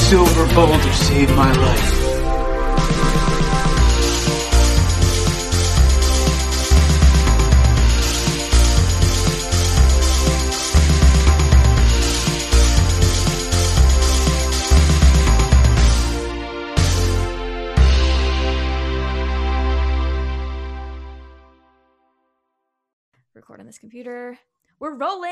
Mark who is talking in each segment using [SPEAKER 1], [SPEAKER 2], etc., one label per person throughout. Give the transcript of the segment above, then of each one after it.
[SPEAKER 1] silver boulder saved my life.
[SPEAKER 2] record on this computer. We're rolling.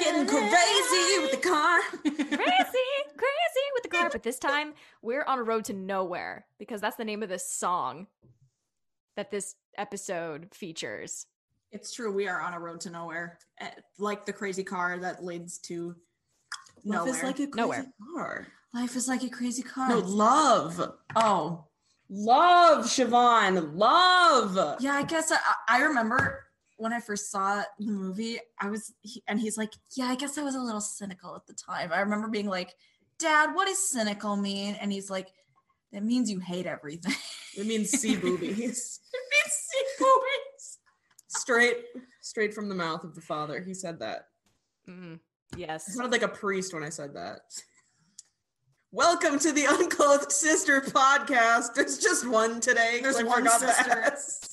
[SPEAKER 3] Getting crazy with the car.
[SPEAKER 2] Crazy, crazy with the car. But this time we're on a road to nowhere because that's the name of this song that this episode features.
[SPEAKER 3] it's true. We are on a road to nowhere, eh, like the crazy car that leads to nowhere.
[SPEAKER 4] Life is like a crazy
[SPEAKER 2] Nowhere.
[SPEAKER 4] car.
[SPEAKER 3] Life is like a crazy car.
[SPEAKER 4] No, love.
[SPEAKER 3] oh,
[SPEAKER 4] Love, Siobhan. Love.
[SPEAKER 3] yeah. I guess I, I remember when I first saw the movie. I was, he, and he's like, yeah. I guess I was a little cynical at the time. I remember being like, Dad, what does cynical mean? And he's like, that means you hate everything.
[SPEAKER 4] It means sea boobies.
[SPEAKER 3] It's secrets.
[SPEAKER 4] straight straight from the mouth of the father. He said that.
[SPEAKER 2] Mm,
[SPEAKER 4] I
[SPEAKER 2] yes.
[SPEAKER 4] sounded like a priest when I said that. Welcome to the Unclothed Sister podcast. There's just one today. 'cause
[SPEAKER 3] There's
[SPEAKER 4] I
[SPEAKER 3] one
[SPEAKER 4] forgot to
[SPEAKER 3] sister.
[SPEAKER 4] ask.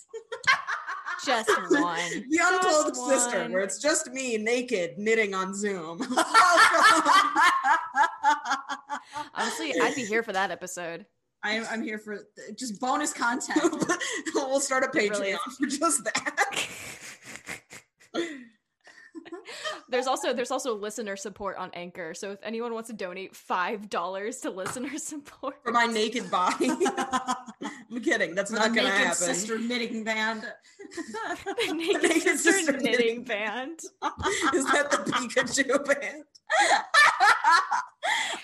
[SPEAKER 2] Just one.
[SPEAKER 4] The Unclothed Sister,
[SPEAKER 2] one.
[SPEAKER 4] where it's just me naked knitting on Zoom.
[SPEAKER 2] Honestly, I'd be here for that episode.
[SPEAKER 3] I'm, I'm here for th- just bonus content.
[SPEAKER 4] we'll start a Patreon
[SPEAKER 2] Really is.
[SPEAKER 4] for just that.
[SPEAKER 2] There's also there's also listener support on Anchor. So if anyone wants to donate five dollars to listener support,
[SPEAKER 4] for my naked body. I'm kidding. That's not
[SPEAKER 3] the
[SPEAKER 4] going to
[SPEAKER 3] naked
[SPEAKER 4] happen.
[SPEAKER 3] sister knitting band.
[SPEAKER 2] the naked,
[SPEAKER 4] Naked
[SPEAKER 2] sister,
[SPEAKER 4] Sister
[SPEAKER 2] knitting,
[SPEAKER 4] knitting
[SPEAKER 2] band.
[SPEAKER 4] Is that the Pikachu band?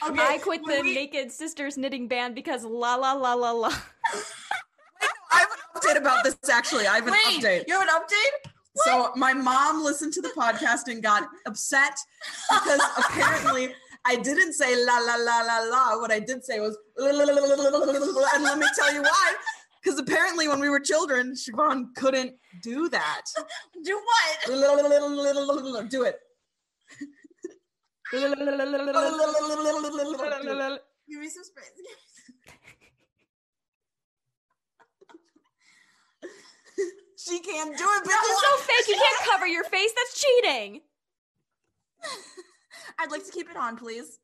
[SPEAKER 3] okay,
[SPEAKER 2] I quit
[SPEAKER 3] when
[SPEAKER 2] the
[SPEAKER 3] we-
[SPEAKER 2] naked sisters knitting band because la la la la la.
[SPEAKER 4] I have an update about this. Actually, I have an
[SPEAKER 3] Wait,
[SPEAKER 4] update.
[SPEAKER 3] you have an update?
[SPEAKER 4] So my mom listened to the podcast and got upset because apparently I didn't say la la la la la. What I did say was la, la, la, la, la, la, la, la, and let me tell you why. Because apparently when we were children, Siobhan couldn't do that.
[SPEAKER 3] Do what?
[SPEAKER 4] La, la, la, la, la, la, la, la. Do it. La, la, la, la, la, la, la, la, la. Do it.
[SPEAKER 3] Give me some space.
[SPEAKER 4] She can't do it,
[SPEAKER 2] This is
[SPEAKER 4] bitches.
[SPEAKER 2] so fake. You can't cover your face. That's cheating.
[SPEAKER 3] I'd like to keep it on, please.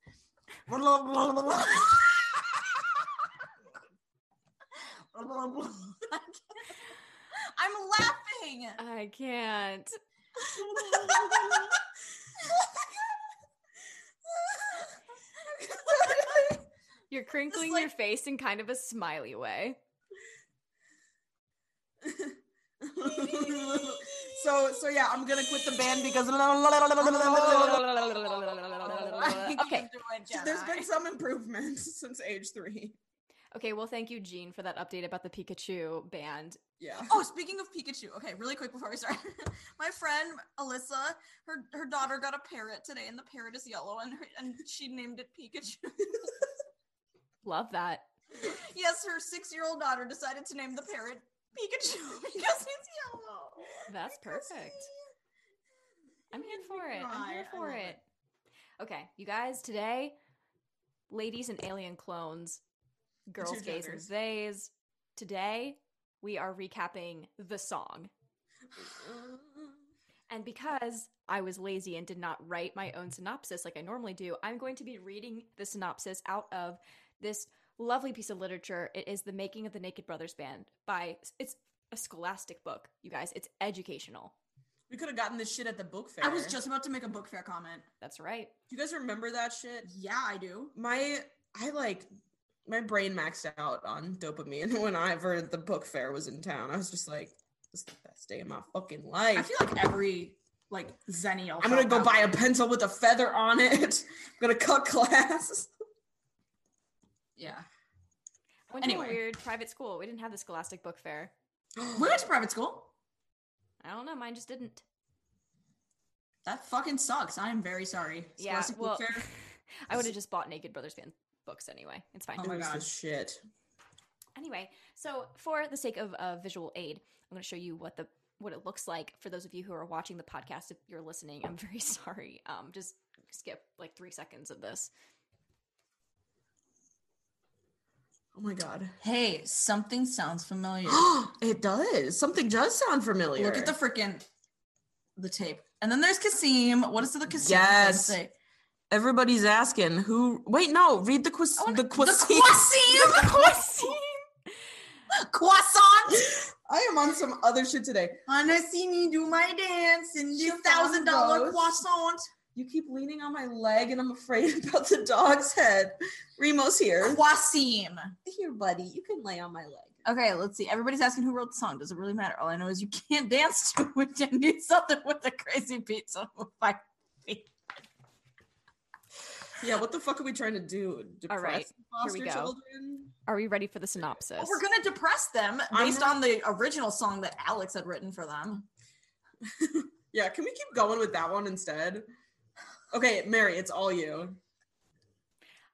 [SPEAKER 3] I'm laughing.
[SPEAKER 2] I can't. You're crinkling your
[SPEAKER 3] like-
[SPEAKER 2] face in kind of a smiley way.
[SPEAKER 4] so so yeah, I'm gonna quit the band because
[SPEAKER 2] Okay.
[SPEAKER 4] there's been some improvements since age three.
[SPEAKER 2] Okay, well, thank you, Jean, for that update about the Pikachu band.
[SPEAKER 4] Yeah.
[SPEAKER 3] Oh, speaking of Pikachu, okay, really quick before we start, my friend Alyssa, her her daughter got a parrot today, and the parrot is yellow, and her, and she named it Pikachu.
[SPEAKER 2] Love that.
[SPEAKER 3] yes, her six year old daughter decided to name the parrot Pikachu because he's yellow.
[SPEAKER 2] That's
[SPEAKER 3] Because he-
[SPEAKER 2] perfect. I'm here for
[SPEAKER 3] Right,
[SPEAKER 2] it. I'm here
[SPEAKER 3] I
[SPEAKER 2] for
[SPEAKER 3] love
[SPEAKER 2] it.
[SPEAKER 3] it.
[SPEAKER 2] Okay, you guys, today, ladies and alien clones, girls,
[SPEAKER 4] two
[SPEAKER 2] gays, and
[SPEAKER 4] genders.
[SPEAKER 2] theys, today we are recapping the song. And because I was lazy and did not write my own synopsis like I normally do, I'm going to be reading the synopsis out of this lovely piece of literature. It is The Making of the Naked Brothers Band by, it's a scholastic book, you guys. It's educational.
[SPEAKER 4] We could have gotten this shit at the book fair.
[SPEAKER 3] I was just about to make a book fair comment.
[SPEAKER 2] That's right.
[SPEAKER 4] Do you guys remember that shit?
[SPEAKER 3] Yeah, I do.
[SPEAKER 4] My I like my brain maxed out on dopamine whenever the book fair was in town. I was just like, this is the best day of my fucking life.
[SPEAKER 3] I feel like every like zennial.
[SPEAKER 4] I'm gonna
[SPEAKER 3] felt
[SPEAKER 4] go
[SPEAKER 3] that
[SPEAKER 4] buy
[SPEAKER 3] way.
[SPEAKER 4] a pencil with a feather on it. I'm gonna cut class.
[SPEAKER 3] Yeah,
[SPEAKER 2] I went to
[SPEAKER 3] Anyway.
[SPEAKER 2] a weird private school. We didn't have the Scholastic Book Fair.
[SPEAKER 3] we went to private school.
[SPEAKER 2] I don't know. Mine just didn't.
[SPEAKER 3] That fucking sucks. I am very sorry.
[SPEAKER 2] Yeah,
[SPEAKER 3] Scholastic book
[SPEAKER 2] well,
[SPEAKER 3] fair.
[SPEAKER 2] I would have just bought Naked Brothers fan books anyway. It's fine.
[SPEAKER 4] Oh my
[SPEAKER 3] my
[SPEAKER 4] god,
[SPEAKER 3] God.
[SPEAKER 4] shit.
[SPEAKER 2] Anyway, so for the sake of uh, visual aid, I'm going to show you what the what it looks like for those of you who are watching the podcast. If you're listening, I'm very sorry. Um, just skip like three seconds of this.
[SPEAKER 4] Oh my god.
[SPEAKER 3] Hey, something sounds familiar.
[SPEAKER 4] it does. Something does sound familiar.
[SPEAKER 3] Look at the freaking the tape. And then there's Kasim. What does the Kasim
[SPEAKER 4] Yes.
[SPEAKER 3] say?
[SPEAKER 4] Everybody's asking who. Wait, no. Read the quis.
[SPEAKER 3] I wanna-
[SPEAKER 4] the quis.
[SPEAKER 3] The Kwasim! Croissant!
[SPEAKER 4] I am on some other shit today.
[SPEAKER 3] Wanna see me do my dance in
[SPEAKER 4] She
[SPEAKER 3] this thousand dollar
[SPEAKER 4] found those.
[SPEAKER 3] croissant?
[SPEAKER 4] You keep leaning on my leg, and I'm afraid about the dog's head. Remo's here.
[SPEAKER 3] Kwasim.
[SPEAKER 4] Here, buddy. You can lay on my leg.
[SPEAKER 3] Okay, let's see. Everybody's asking who wrote the song. Does it really matter? All I know is you can't dance to it and do something with a crazy pizza. Bye.
[SPEAKER 4] Yeah. What the fuck are we trying to do? Depress
[SPEAKER 2] All right,
[SPEAKER 4] Foster
[SPEAKER 2] we go.
[SPEAKER 4] children.
[SPEAKER 2] Are we ready for the synopsis?
[SPEAKER 3] Well, we're gonna depress them
[SPEAKER 4] I'm
[SPEAKER 3] based
[SPEAKER 4] not-
[SPEAKER 3] on the original song that Alex had written for them.
[SPEAKER 4] Yeah. Can we keep going with that one instead? Okay, Mary. It's all you.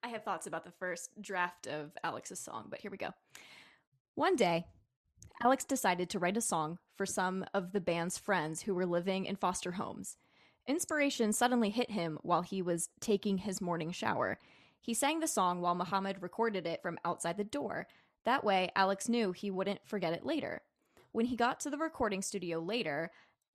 [SPEAKER 2] I have thoughts about the first draft of Alex's song, but here we go. One day, Alex decided to write a song for some of the band's friends who were living in foster homes. Inspiration suddenly hit him while he was taking his morning shower. He sang the song while Muhammad recorded it from outside the door. That way, Alex knew he wouldn't forget it later. When he got to the recording studio later,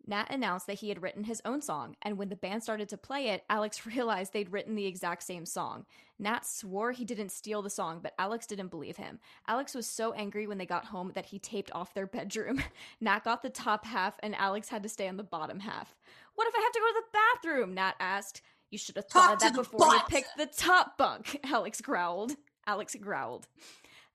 [SPEAKER 2] Nat announced that he had written his own song, and when the band started to play it, Alex realized they'd written the exact same song. Nat swore he didn't steal the song, but Alex didn't believe him. Alex was so angry when they got home that he taped off their bedroom. Nat got the top half, and Alex had to stay on the bottom half. What if I have to go to the bathroom? Nat asked. You should have
[SPEAKER 3] Talk
[SPEAKER 2] thought of
[SPEAKER 3] to
[SPEAKER 2] that
[SPEAKER 3] the
[SPEAKER 2] before you
[SPEAKER 3] butt."
[SPEAKER 2] picked the top bunk, Alex growled. Alex growled.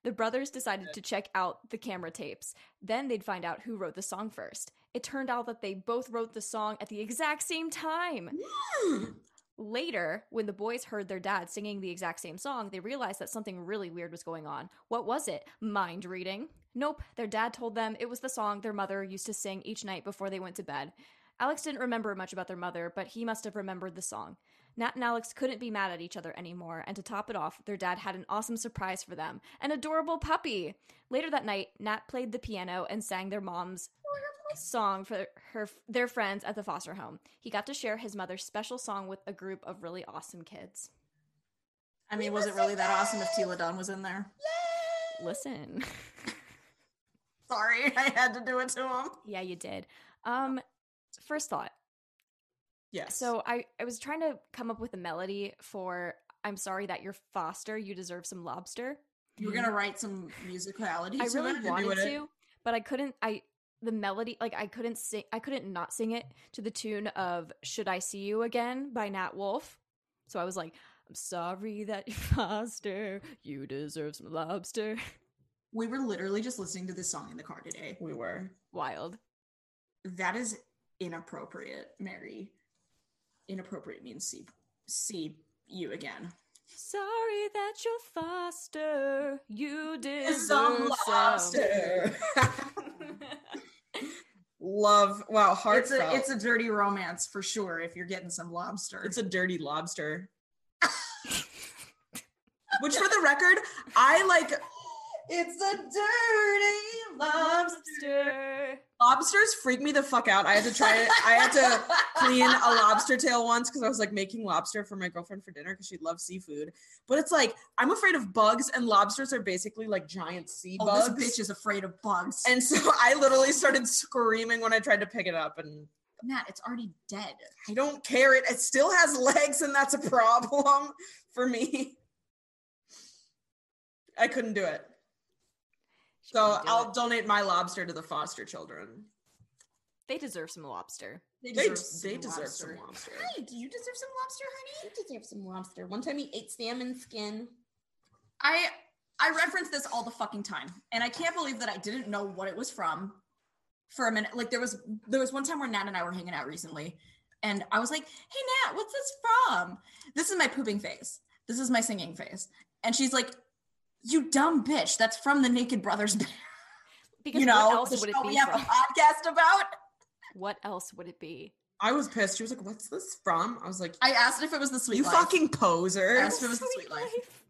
[SPEAKER 2] The brothers decided to check out the camera tapes. Then they'd find out who wrote the song first. It turned out that they both wrote the song at the exact same time. Later, when the boys heard their dad singing the exact same song, they realized that something really weird was going on. What was it? Mind reading? Nope, their dad told them it was the song their mother used to sing each night before they went to bed. Alex didn't remember much about their mother, but he must have remembered the song. Nat and Alex couldn't be mad at each other anymore, and to top it off, their dad had an awesome surprise for them an adorable puppy. Later that night, Nat played the piano and sang their mom's song for her their friends at the foster home. He got to share his mother's special song with a group of really awesome kids.
[SPEAKER 3] I mean, was it really that awesome if Tila Don was in there?
[SPEAKER 2] Listen.
[SPEAKER 3] Sorry, I had to do it to him.
[SPEAKER 2] yeah, you did. Um first thought.
[SPEAKER 4] Yes.
[SPEAKER 2] So I I was trying to come up with a melody for I'm sorry that you're foster, you deserve some lobster.
[SPEAKER 3] You were gonna write some musicality.
[SPEAKER 2] I
[SPEAKER 3] to
[SPEAKER 2] really
[SPEAKER 3] it?
[SPEAKER 2] wanted
[SPEAKER 4] it.
[SPEAKER 2] to, but I couldn't I the melody like I couldn't sing I couldn't not sing it to the tune of Should I See You Again by Nat Wolf. So I was like, I'm sorry that you're foster, you deserve some lobster.
[SPEAKER 3] We were literally just listening to this song in the car today.
[SPEAKER 4] we were.
[SPEAKER 2] Wild.
[SPEAKER 3] That is inappropriate, Mary. Inappropriate means see see you again.
[SPEAKER 2] Sorry that you're foster, you deserve
[SPEAKER 3] Some
[SPEAKER 2] some
[SPEAKER 3] lobster.
[SPEAKER 4] Love. Wow.
[SPEAKER 3] It's
[SPEAKER 4] Heartfelt.
[SPEAKER 3] a, it's a dirty romance for sure. If you're getting some lobster,
[SPEAKER 4] It's a dirty lobster. Which, for the record, I like
[SPEAKER 3] it's a dirty
[SPEAKER 2] lobster.
[SPEAKER 4] lobsters. Freak me the fuck out. I had to try it. I had to clean a lobster tail once because I was like making lobster for my girlfriend for dinner because she loves seafood. But it's like I'm afraid of bugs, and lobsters are basically like giant sea
[SPEAKER 3] Oh,
[SPEAKER 4] bugs.
[SPEAKER 3] this bitch is afraid of bugs.
[SPEAKER 4] and so I literally started screaming when I tried to pick it up, and
[SPEAKER 3] Matt, it's already dead.
[SPEAKER 4] I don't care. It it still has legs, and that's a problem for me. I couldn't do it.
[SPEAKER 2] She
[SPEAKER 4] So
[SPEAKER 2] couldn't do
[SPEAKER 4] I'll
[SPEAKER 2] it.
[SPEAKER 4] donate my lobster to the foster children.
[SPEAKER 2] They deserve some lobster.
[SPEAKER 4] They, they deserve some lobster.
[SPEAKER 3] Hey, do you deserve some lobster, honey?
[SPEAKER 4] They deserve some lobster. One time he ate salmon skin.
[SPEAKER 3] I I reference this all the fucking time, and I can't believe that I didn't know what it was from for a minute. Like there was there was one time where Nat and I were hanging out recently, and I was like, "Hey Nat, what's this from?" This is my pooping face. This is my singing face, and she's like, "You dumb bitch, that's from the Naked Brothers." Band."
[SPEAKER 2] Because
[SPEAKER 3] You know,
[SPEAKER 2] what else
[SPEAKER 3] the
[SPEAKER 2] would it
[SPEAKER 3] show
[SPEAKER 2] be
[SPEAKER 3] we have
[SPEAKER 2] from?
[SPEAKER 3] a podcast about.
[SPEAKER 2] What else would it be?
[SPEAKER 4] I was pissed. She was like, "What's this from?" I was like,
[SPEAKER 3] I asked if it was the Sweet
[SPEAKER 4] "You
[SPEAKER 3] Life.
[SPEAKER 4] fucking poser."
[SPEAKER 3] I asked if it was the Sweet Life.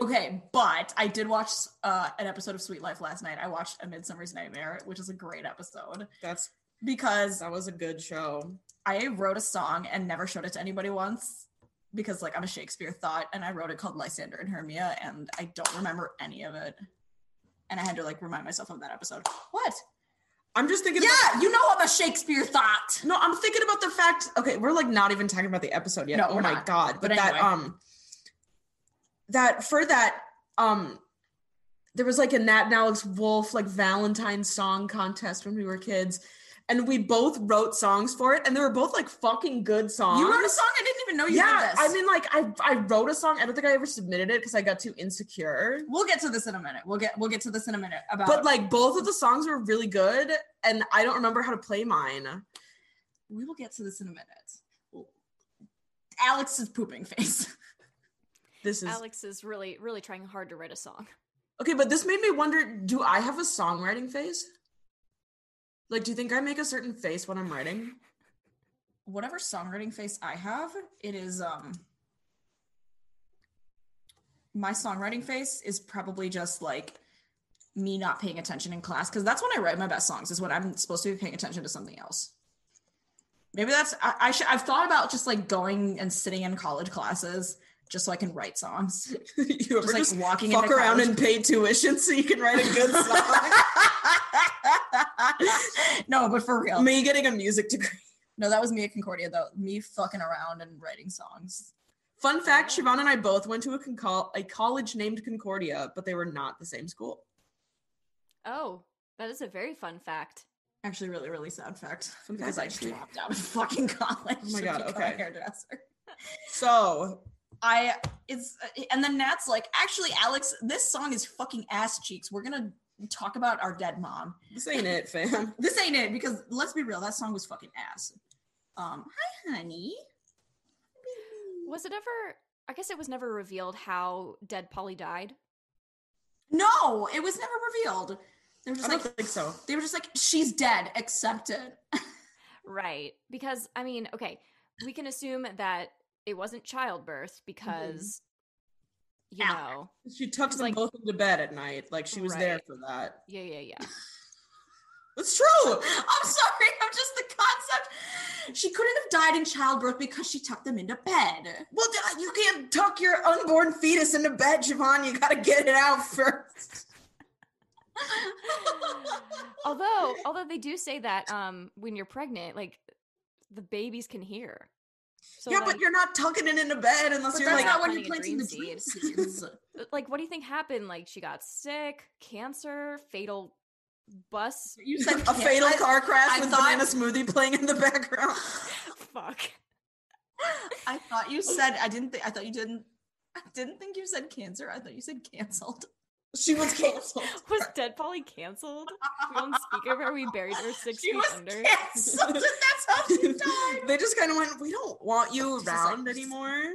[SPEAKER 3] Okay, but I did watch uh, an episode of Sweet Life last night. I watched A Midsummer's Nightmare, which is a great episode
[SPEAKER 4] That's
[SPEAKER 3] because
[SPEAKER 4] that was a good show.
[SPEAKER 3] I wrote a song and never showed it to anybody once because like I'm a Shakespeare thought and I wrote it called Lysander and Hermia and I don't remember any of it. And I had to like remind myself of that episode. What?
[SPEAKER 4] I'm just thinking. about-
[SPEAKER 3] Yeah, you know I'm a Shakespeare thought.
[SPEAKER 4] no, I'm thinking about the fact. Okay, we're like not even talking about the episode yet.
[SPEAKER 3] No,
[SPEAKER 4] oh
[SPEAKER 3] we're
[SPEAKER 4] my
[SPEAKER 3] not.
[SPEAKER 4] god! But,
[SPEAKER 3] But
[SPEAKER 4] that
[SPEAKER 3] anyway.
[SPEAKER 4] um, that for that um, there was like a Nat and Alex Wolf like Valentine song contest when we were kids, and we both wrote songs for it, and they were both like fucking good songs.
[SPEAKER 3] You wrote a song I didn't even know you
[SPEAKER 4] yeah,
[SPEAKER 3] did this.
[SPEAKER 4] I mean, like I I wrote a song. I don't think I ever submitted it because I got too insecure.
[SPEAKER 3] we'll get to this in a minute. We'll get we'll get to this in a minute about
[SPEAKER 4] But like both of the songs were really good, and I don't remember how to play mine.
[SPEAKER 3] we will get to this in a minute. Alex's pooping face.
[SPEAKER 4] This is
[SPEAKER 2] Alex is really, really trying hard to write a song.
[SPEAKER 4] Okay, but this made me wonder do I have a songwriting phase? Like, do you think I make a certain face when I'm writing?
[SPEAKER 3] Whatever songwriting face I have, it is um my songwriting face is probably just like me not paying attention in class because that's when I write my best songs is when I'm supposed to be paying attention to something else. Maybe that's I, I should I've thought about just like going and sitting in college classes just so I can write songs.
[SPEAKER 4] you ever
[SPEAKER 3] Just like
[SPEAKER 4] just
[SPEAKER 3] walking
[SPEAKER 4] fuck
[SPEAKER 3] into
[SPEAKER 4] around
[SPEAKER 3] college-
[SPEAKER 4] and pay tuition so you can write a good song?
[SPEAKER 3] no, but for real.
[SPEAKER 4] me getting a music degree.
[SPEAKER 3] No, that was me at Concordia though. Me fucking around and writing songs.
[SPEAKER 4] Fun fact Siobhan and I both went to a, concol- a college named Concordia, but they were not the same school.
[SPEAKER 2] Oh, that is a very fun fact.
[SPEAKER 3] Actually, really, really sad fact
[SPEAKER 4] Fun fact,
[SPEAKER 3] because I
[SPEAKER 4] actually.
[SPEAKER 3] dropped out of fucking college.
[SPEAKER 4] Oh my
[SPEAKER 3] to
[SPEAKER 4] God,
[SPEAKER 3] become a
[SPEAKER 4] okay.
[SPEAKER 3] hairdresser.
[SPEAKER 4] So,
[SPEAKER 3] I it's and then Nat's like, actually, Alex, this song is fucking ass cheeks. We're gonna talk about our dead mom.
[SPEAKER 4] this ain't it, fam.
[SPEAKER 3] This ain't it because let's be real, that song was fucking ass. Um, hi, honey.
[SPEAKER 2] Was it ever? I guess it was never revealed how dead Polly died.
[SPEAKER 3] No, it was never revealed. They
[SPEAKER 4] I
[SPEAKER 3] were just
[SPEAKER 4] don't
[SPEAKER 3] like,
[SPEAKER 4] think so.
[SPEAKER 3] they were just like, she's dead. Accept it.
[SPEAKER 2] Right. Because, I mean, okay, we can assume that it wasn't childbirth because, you
[SPEAKER 3] Ow.
[SPEAKER 2] know,
[SPEAKER 4] She tucked
[SPEAKER 2] It's
[SPEAKER 4] them
[SPEAKER 2] like-
[SPEAKER 4] both into bed at night. Like, she was there
[SPEAKER 2] Right.
[SPEAKER 4] for that.
[SPEAKER 2] yeah, yeah, yeah.
[SPEAKER 4] It's true.
[SPEAKER 3] I'm sorry. I'm just the concept. She couldn't have died in childbirth because she tucked them into bed.
[SPEAKER 4] Well, d- you can't tuck your unborn fetus into bed, Javon. You gotta get it out first.
[SPEAKER 2] although, although they do say that um, when you're pregnant, like the babies can hear. So,
[SPEAKER 4] yeah,
[SPEAKER 2] like,
[SPEAKER 4] but you're not tucking it into bed unless
[SPEAKER 3] But
[SPEAKER 4] you're
[SPEAKER 3] that's
[SPEAKER 4] like.
[SPEAKER 3] not when
[SPEAKER 2] planting a
[SPEAKER 3] you're planting the
[SPEAKER 2] dream
[SPEAKER 3] dream seeds.
[SPEAKER 2] uh, like, what do you think happened? Like, she got sick, cancer, fatal bus.
[SPEAKER 3] you said
[SPEAKER 4] a fatal
[SPEAKER 3] I-
[SPEAKER 4] car crash
[SPEAKER 3] I
[SPEAKER 4] with
[SPEAKER 3] thought-
[SPEAKER 4] banana smoothie playing in the background.
[SPEAKER 2] Fuck.
[SPEAKER 3] I thought you said I didn't think I thought you didn't I didn't think you said cancer. I thought you said canceled.
[SPEAKER 4] She was canceled.
[SPEAKER 2] Was Dead Polly canceled? We don't speak of her. We buried her six
[SPEAKER 3] She
[SPEAKER 2] feet
[SPEAKER 3] was
[SPEAKER 2] under.
[SPEAKER 3] canceled. and That's how she died.
[SPEAKER 4] they just kind of went. We don't want you
[SPEAKER 3] She's like-
[SPEAKER 4] around anymore.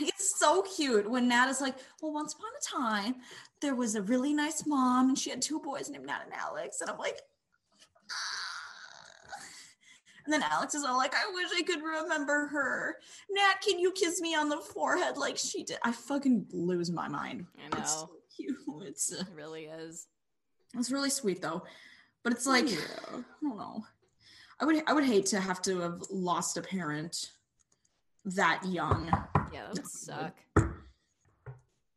[SPEAKER 3] It's so cute when Nat is like, well, once upon a time, there was a really nice mom and she had two boys named Nat and Alex. And I'm like, "Ah." and then Alex is all like, I wish I could remember her. Nat, can you kiss me on the forehead like she did? I fucking lose my mind.
[SPEAKER 2] I
[SPEAKER 3] It's
[SPEAKER 2] know.
[SPEAKER 3] so cute. It's, uh,
[SPEAKER 2] It really is.
[SPEAKER 3] it's really sweet though. But it's like,
[SPEAKER 4] Yeah.
[SPEAKER 3] I don't know. I would I would hate to have to have lost a parent that young.
[SPEAKER 2] Yeah, that would suck.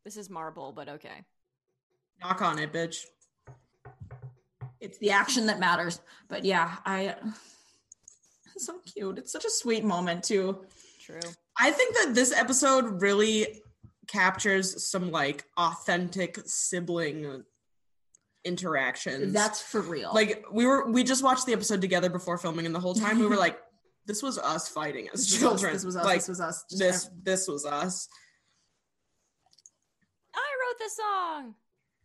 [SPEAKER 2] This is marble, but okay.
[SPEAKER 4] knock on it, bitch.
[SPEAKER 3] it's the action that matters but yeah i it's so cute it's such a sweet moment too
[SPEAKER 2] True.
[SPEAKER 4] I think that this episode really captures some like authentic sibling interactions.
[SPEAKER 3] that's for real
[SPEAKER 4] like we were we just watched the episode together before filming and the whole time we were like this was us fighting as
[SPEAKER 3] this was us,
[SPEAKER 4] children
[SPEAKER 3] this was us
[SPEAKER 4] like
[SPEAKER 3] this was us Just
[SPEAKER 4] this this was us
[SPEAKER 2] I wrote the song.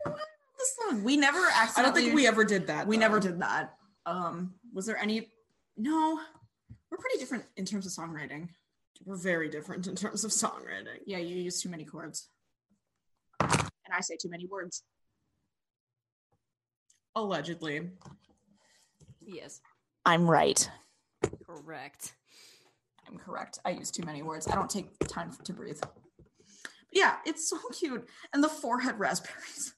[SPEAKER 3] every- this song. we never
[SPEAKER 4] i
[SPEAKER 3] accidentally
[SPEAKER 4] don't think we ever did that
[SPEAKER 3] we
[SPEAKER 4] though.
[SPEAKER 3] never did that um was there any no we're pretty different in terms of songwriting
[SPEAKER 4] we're very different in terms of songwriting
[SPEAKER 3] yeah you use too many chords and i say too many words
[SPEAKER 4] allegedly
[SPEAKER 2] Yes,
[SPEAKER 3] i'm right
[SPEAKER 2] correct.
[SPEAKER 3] I'm correct. I use too many words. I don't take time to breathe. But yeah, it's so cute. And the forehead raspberries.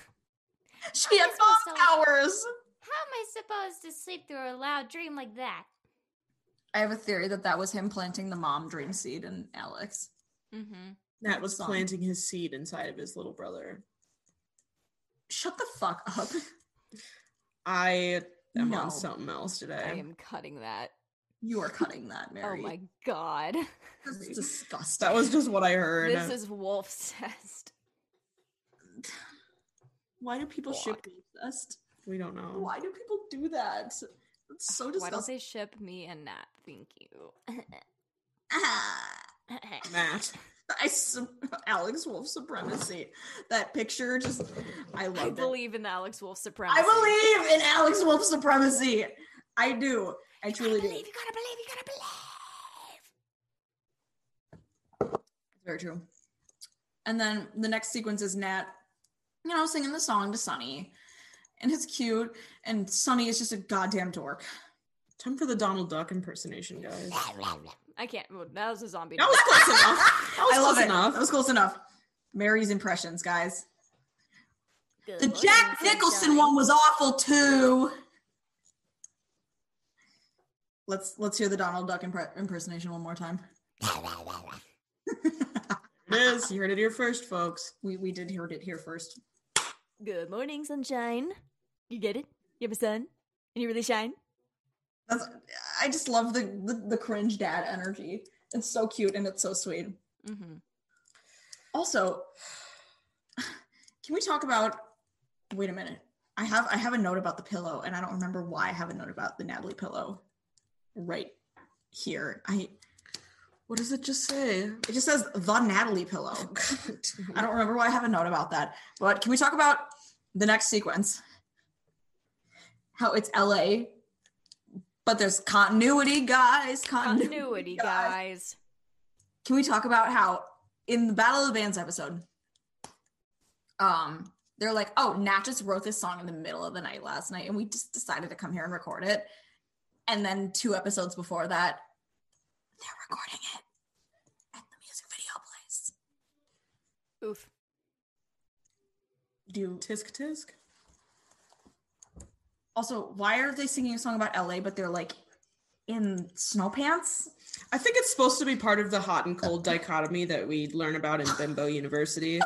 [SPEAKER 3] she had
[SPEAKER 2] This was
[SPEAKER 3] mom
[SPEAKER 2] so-
[SPEAKER 3] powers.
[SPEAKER 2] How am I supposed to sleep through a loud dream like that?
[SPEAKER 3] I have a theory that that was him planting the mom dream seed in Alex.
[SPEAKER 2] Mm-hmm.
[SPEAKER 4] Matt was
[SPEAKER 3] Song.
[SPEAKER 4] planting his seed inside of his little brother.
[SPEAKER 3] Shut the fuck up.
[SPEAKER 4] I am
[SPEAKER 3] No.
[SPEAKER 4] on something else
[SPEAKER 2] I
[SPEAKER 4] today.
[SPEAKER 2] am cutting that.
[SPEAKER 3] You are cutting that, Mary.
[SPEAKER 2] Oh my god.
[SPEAKER 3] That's disgusting.
[SPEAKER 4] That was just what I heard.
[SPEAKER 2] this is wolf's test.
[SPEAKER 4] Why do people
[SPEAKER 2] ship
[SPEAKER 4] obsessed? We don't know.
[SPEAKER 3] Why do people do that? It's so
[SPEAKER 2] Why don't
[SPEAKER 3] disgusting.
[SPEAKER 2] they ship me and Nat? Thank you.
[SPEAKER 3] Ah,
[SPEAKER 4] Matt.
[SPEAKER 3] I su- Alex Wolf supremacy.
[SPEAKER 4] That picture just I
[SPEAKER 2] I
[SPEAKER 4] love it.
[SPEAKER 2] believe in Alex Wolf's supremacy.
[SPEAKER 3] I believe in Alex Wolf supremacy. I do. I truly do.
[SPEAKER 2] You gotta believe. You gotta believe.
[SPEAKER 3] Very true. And then the next sequence is Nat, you know, singing the song to Sunny. And it's cute. And Sunny is just a goddamn dork.
[SPEAKER 4] Time for the Donald Duck impersonation, guys.
[SPEAKER 2] I can't. Well, that was a zombie.
[SPEAKER 4] That was
[SPEAKER 2] dog.
[SPEAKER 4] close enough. That was
[SPEAKER 3] I love
[SPEAKER 4] close
[SPEAKER 3] it.
[SPEAKER 4] enough.
[SPEAKER 3] That was close enough. Mary's impressions, guys.
[SPEAKER 2] Good
[SPEAKER 3] The
[SPEAKER 2] lord,
[SPEAKER 3] Jack
[SPEAKER 2] I'm
[SPEAKER 3] Nicholson
[SPEAKER 2] dying.
[SPEAKER 3] one was awful too. Let's let's hear the Donald Duck impre- impersonation one more time.
[SPEAKER 4] It is. You heard it here first, folks.
[SPEAKER 3] We we did hear it here first.
[SPEAKER 2] Good morning, sunshine. You get it? You have a sun, and you really shine.
[SPEAKER 3] That's I just love the the, the cringe dad energy. It's so cute and it's so sweet.
[SPEAKER 2] Mm-hmm.
[SPEAKER 3] Also, can we talk about? Wait a minute. I have I have a note about the pillow, and I don't remember why I have a note about the Natalie pillow. Right here, I
[SPEAKER 4] What does it just say?
[SPEAKER 3] it just says the Natalie pillow. I don't remember why I have a note about that. But can we talk about the next sequence? How it's LA, but there's continuity, guys. Continuity.
[SPEAKER 2] Continuity,
[SPEAKER 3] guys.
[SPEAKER 2] guys.
[SPEAKER 3] Can we talk about how in the Battle of the Bands episode, um, they're like, oh, Nat just wrote this song in the middle of the night last night, and we just decided to come here and record it. And then two episodes before that, they're recording it at the music video place.
[SPEAKER 2] Oof.
[SPEAKER 3] Do you
[SPEAKER 4] Tisk tisk.
[SPEAKER 3] also why are they singing a song about LA, but they're like in snow pants?
[SPEAKER 4] I think it's supposed to be part of the hot and cold dichotomy that we learn about in Bimbo University.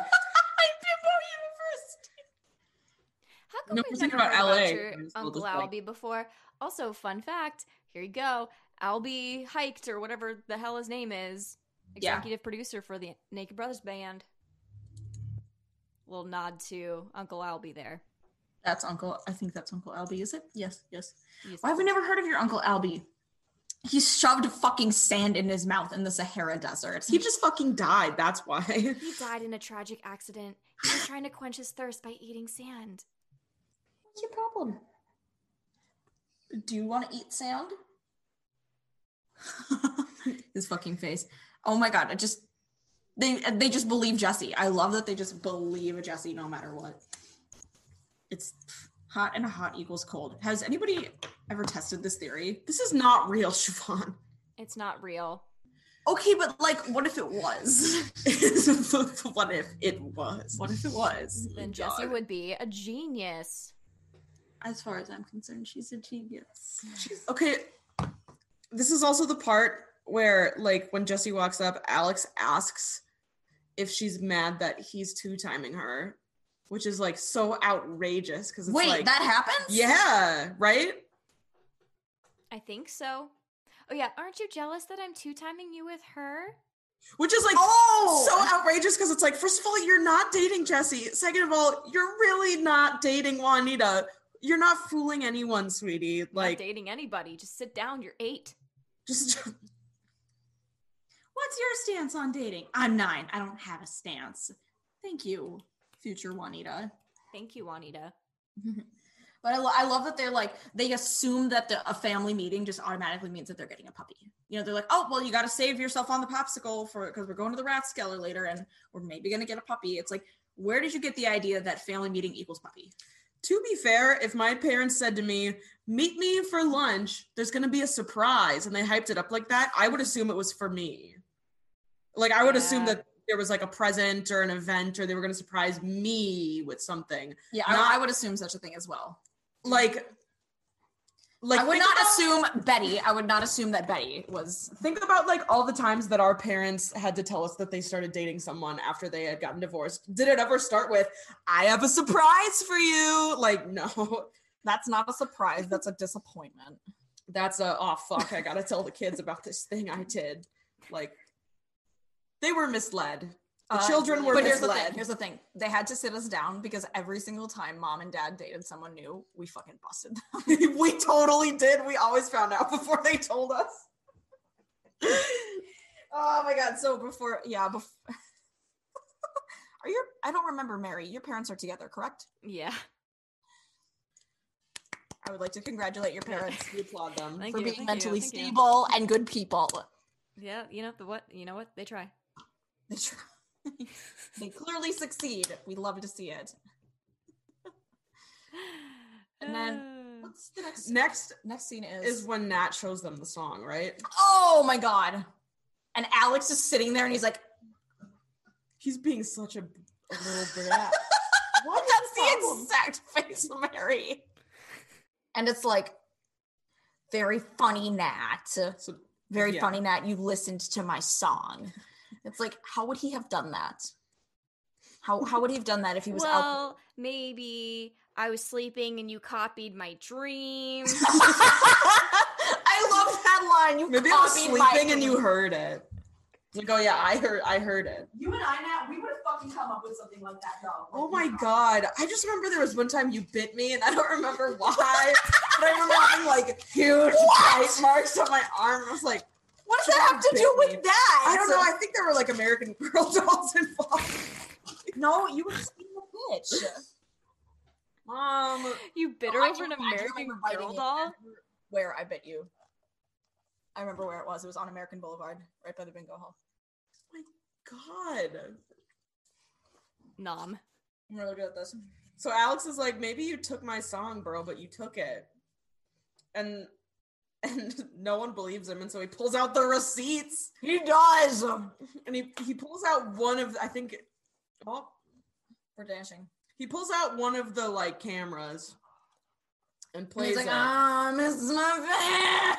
[SPEAKER 2] How come
[SPEAKER 4] No,
[SPEAKER 2] we've
[SPEAKER 4] we're thinking
[SPEAKER 2] never
[SPEAKER 4] about
[SPEAKER 2] heard
[SPEAKER 4] LA.
[SPEAKER 2] your
[SPEAKER 4] I'm just a
[SPEAKER 2] Uncle
[SPEAKER 4] little disappointed.
[SPEAKER 2] Albie before? Also, fun fact. Here you go. Albie hiked or whatever the hell his name is.
[SPEAKER 3] Yeah.
[SPEAKER 2] Executive producer for the Naked Brothers band. Little nod to Uncle Albie there.
[SPEAKER 3] That's Uncle. I think that's Uncle Albie. Is it? Yes. Yes.
[SPEAKER 2] He's-
[SPEAKER 3] Why have we never heard of your Uncle Albie? He shoved fucking sand in his mouth in the Sahara Desert.
[SPEAKER 4] He just fucking died. That's why.
[SPEAKER 2] He died in a tragic accident. He was trying to quench his thirst by eating sand.
[SPEAKER 3] What's your problem? Do you want to eat sand? His fucking face. Oh my god! I just they they just believe Jesse. I love that they just believe Jesse no matter what. It's hot and hot equals cold. Has anybody ever tested this theory?
[SPEAKER 4] This is not real, Siobhan.
[SPEAKER 2] It's not real.
[SPEAKER 3] Okay, but like, what if it was?
[SPEAKER 4] what if it was?
[SPEAKER 3] What if it was?
[SPEAKER 2] Then Jesse
[SPEAKER 4] God.
[SPEAKER 2] would be a genius.
[SPEAKER 3] As far as I'm concerned, she's a genius.
[SPEAKER 4] Okay. This is also the part where, like, when Jesse walks up, Alex asks if she's mad that he's two timing her, which is like so outrageous because it's
[SPEAKER 3] Wait,
[SPEAKER 4] like,
[SPEAKER 3] that happens?
[SPEAKER 4] yeah, right?
[SPEAKER 2] I think so. Oh yeah, aren't you jealous that I'm two timing you with her?
[SPEAKER 4] Which is like
[SPEAKER 3] Oh,
[SPEAKER 4] so outrageous because it's like, first of all, you're not dating Jesse. Second of all, you're really not dating Juanita. You're not fooling anyone, sweetie.
[SPEAKER 2] Like,
[SPEAKER 4] Like,
[SPEAKER 2] dating anybody. Just sit down. You're eight.
[SPEAKER 4] just
[SPEAKER 3] What's your stance on dating? I'm nine. I don't have a stance. Thank you, future Juanita.
[SPEAKER 2] Thank you, Juanita.
[SPEAKER 3] But I, lo- I love that they're like they assume that the, a family meeting just automatically means that they're getting a puppy. You know, they're like, oh well, you got to save yourself on the popsicle for because we're going to the rat scaler later, and we're maybe gonna get a puppy. It's like, where did you get the idea that family meeting equals puppy?
[SPEAKER 4] To be fair, if my parents said to me, "Meet me for lunch," there's going to be a surprise, and they hyped it up like that, I would assume it was for me. Like I would assume
[SPEAKER 2] Yeah.
[SPEAKER 4] that there was like a present or an event, or they were going to surprise me with something.
[SPEAKER 3] Yeah,
[SPEAKER 4] Not-
[SPEAKER 3] I, I would assume such a thing as well.
[SPEAKER 4] Like Like
[SPEAKER 3] I would
[SPEAKER 4] think
[SPEAKER 3] not
[SPEAKER 4] about-
[SPEAKER 3] assume Betty. I would not assume that Betty was.
[SPEAKER 4] Think about like all the times that our parents had to tell us that they started dating someone after they had gotten divorced. Did it ever start with, I have a surprise for you? Like, no,
[SPEAKER 3] That's not a surprise. That's a disappointment.
[SPEAKER 4] that's a, oh, fuck, I gotta tell the kids about this thing I did. Like, they were misled. The
[SPEAKER 3] Uh,
[SPEAKER 4] children were
[SPEAKER 3] but here's the
[SPEAKER 4] misled.
[SPEAKER 3] thing. Here's the thing. They had to sit us down because every single time mom and dad dated someone new, we fucking busted them.
[SPEAKER 4] we totally did. We always found out before they told us.
[SPEAKER 3] oh my god. So before, yeah, before. Are your? I don't remember, Mary. Your parents are together, correct?
[SPEAKER 2] Yeah.
[SPEAKER 3] I would like to congratulate your parents
[SPEAKER 4] We applaud them.
[SPEAKER 2] Thank
[SPEAKER 3] for
[SPEAKER 2] you,
[SPEAKER 3] being
[SPEAKER 2] thank you,
[SPEAKER 3] mentally
[SPEAKER 2] thank you.
[SPEAKER 3] stable and good people.
[SPEAKER 2] Yeah, you know the what you know what? They try.
[SPEAKER 3] They try. they clearly succeed. We love to see it. And
[SPEAKER 2] then
[SPEAKER 3] What's the next?
[SPEAKER 4] Next
[SPEAKER 3] Next scene
[SPEAKER 4] is when Nat shows them the song, right?
[SPEAKER 3] Oh my god. And Alex is sitting there and he's like,
[SPEAKER 4] He's being such a, a little brat.
[SPEAKER 3] What? That's the exact face of Mary. And it's like, very funny, Nat.
[SPEAKER 4] So
[SPEAKER 3] Very
[SPEAKER 4] Yeah.
[SPEAKER 3] funny, Nat. You listened to my song. It's like, how would he have done that? How how would he have done that if he was out?
[SPEAKER 2] well, maybe I was sleeping and you copied my dream.
[SPEAKER 3] I love that line. You
[SPEAKER 4] maybe I was
[SPEAKER 3] copied my
[SPEAKER 4] sleeping and
[SPEAKER 3] dream.
[SPEAKER 4] you heard it. Like, oh yeah, I heard I heard it.
[SPEAKER 5] You and I, Nat, we would have fucking come up with something like that, though.
[SPEAKER 4] Oh my god. I just remember there was one time you bit me and I don't remember why. but I remember having like huge bite marks on my arm. I was like,
[SPEAKER 3] What does that have to do with that?
[SPEAKER 4] I don't know. I think there were like American Girl dolls involved.
[SPEAKER 3] No, you were just being a bitch.
[SPEAKER 4] Mom.
[SPEAKER 2] you bitter
[SPEAKER 3] Oh, I
[SPEAKER 2] over an
[SPEAKER 3] do- I do
[SPEAKER 2] American
[SPEAKER 3] remember biting
[SPEAKER 2] Girl
[SPEAKER 3] it.
[SPEAKER 2] doll?
[SPEAKER 3] Where I bet you. I remember where it was. It was on American Boulevard, right by the bingo hall.
[SPEAKER 4] God.
[SPEAKER 2] Nom.
[SPEAKER 3] I'm really good at this.
[SPEAKER 4] So Alex is like, maybe you took my song, bro, but you took it. And and no one believes him. And so he pulls out the receipts
[SPEAKER 3] He does.
[SPEAKER 4] and he, he pulls out one of I think oh
[SPEAKER 3] We're dancing.
[SPEAKER 4] he pulls out one of the like cameras and
[SPEAKER 3] And
[SPEAKER 4] plays
[SPEAKER 3] he's like,
[SPEAKER 4] it.
[SPEAKER 3] ah, Mrs. Muffin.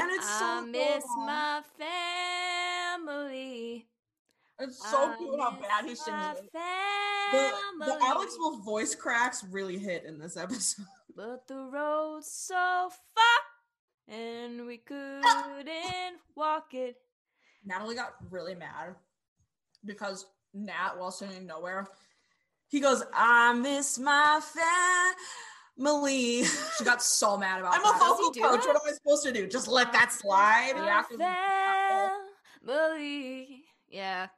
[SPEAKER 4] and it's so
[SPEAKER 2] I miss
[SPEAKER 4] cool.
[SPEAKER 2] my family.
[SPEAKER 3] It's
[SPEAKER 2] I
[SPEAKER 3] so cool how
[SPEAKER 2] Ah, miss
[SPEAKER 3] bad he sings
[SPEAKER 2] my
[SPEAKER 3] it.
[SPEAKER 4] the,
[SPEAKER 2] family.
[SPEAKER 4] the Alex will voice cracks really hit in this episode.
[SPEAKER 2] But the road's so far, and we couldn't walk it.
[SPEAKER 3] Natalie got really mad because Nat, while singing Nowhere,
[SPEAKER 4] He goes, I miss my family.
[SPEAKER 3] she got so mad about
[SPEAKER 4] I'm a
[SPEAKER 3] that.
[SPEAKER 2] Does
[SPEAKER 4] vocal
[SPEAKER 2] he do
[SPEAKER 4] coach.
[SPEAKER 2] that?
[SPEAKER 4] What am I supposed to do? Just let that slide?
[SPEAKER 3] Yeah.
[SPEAKER 2] My family. Yeah.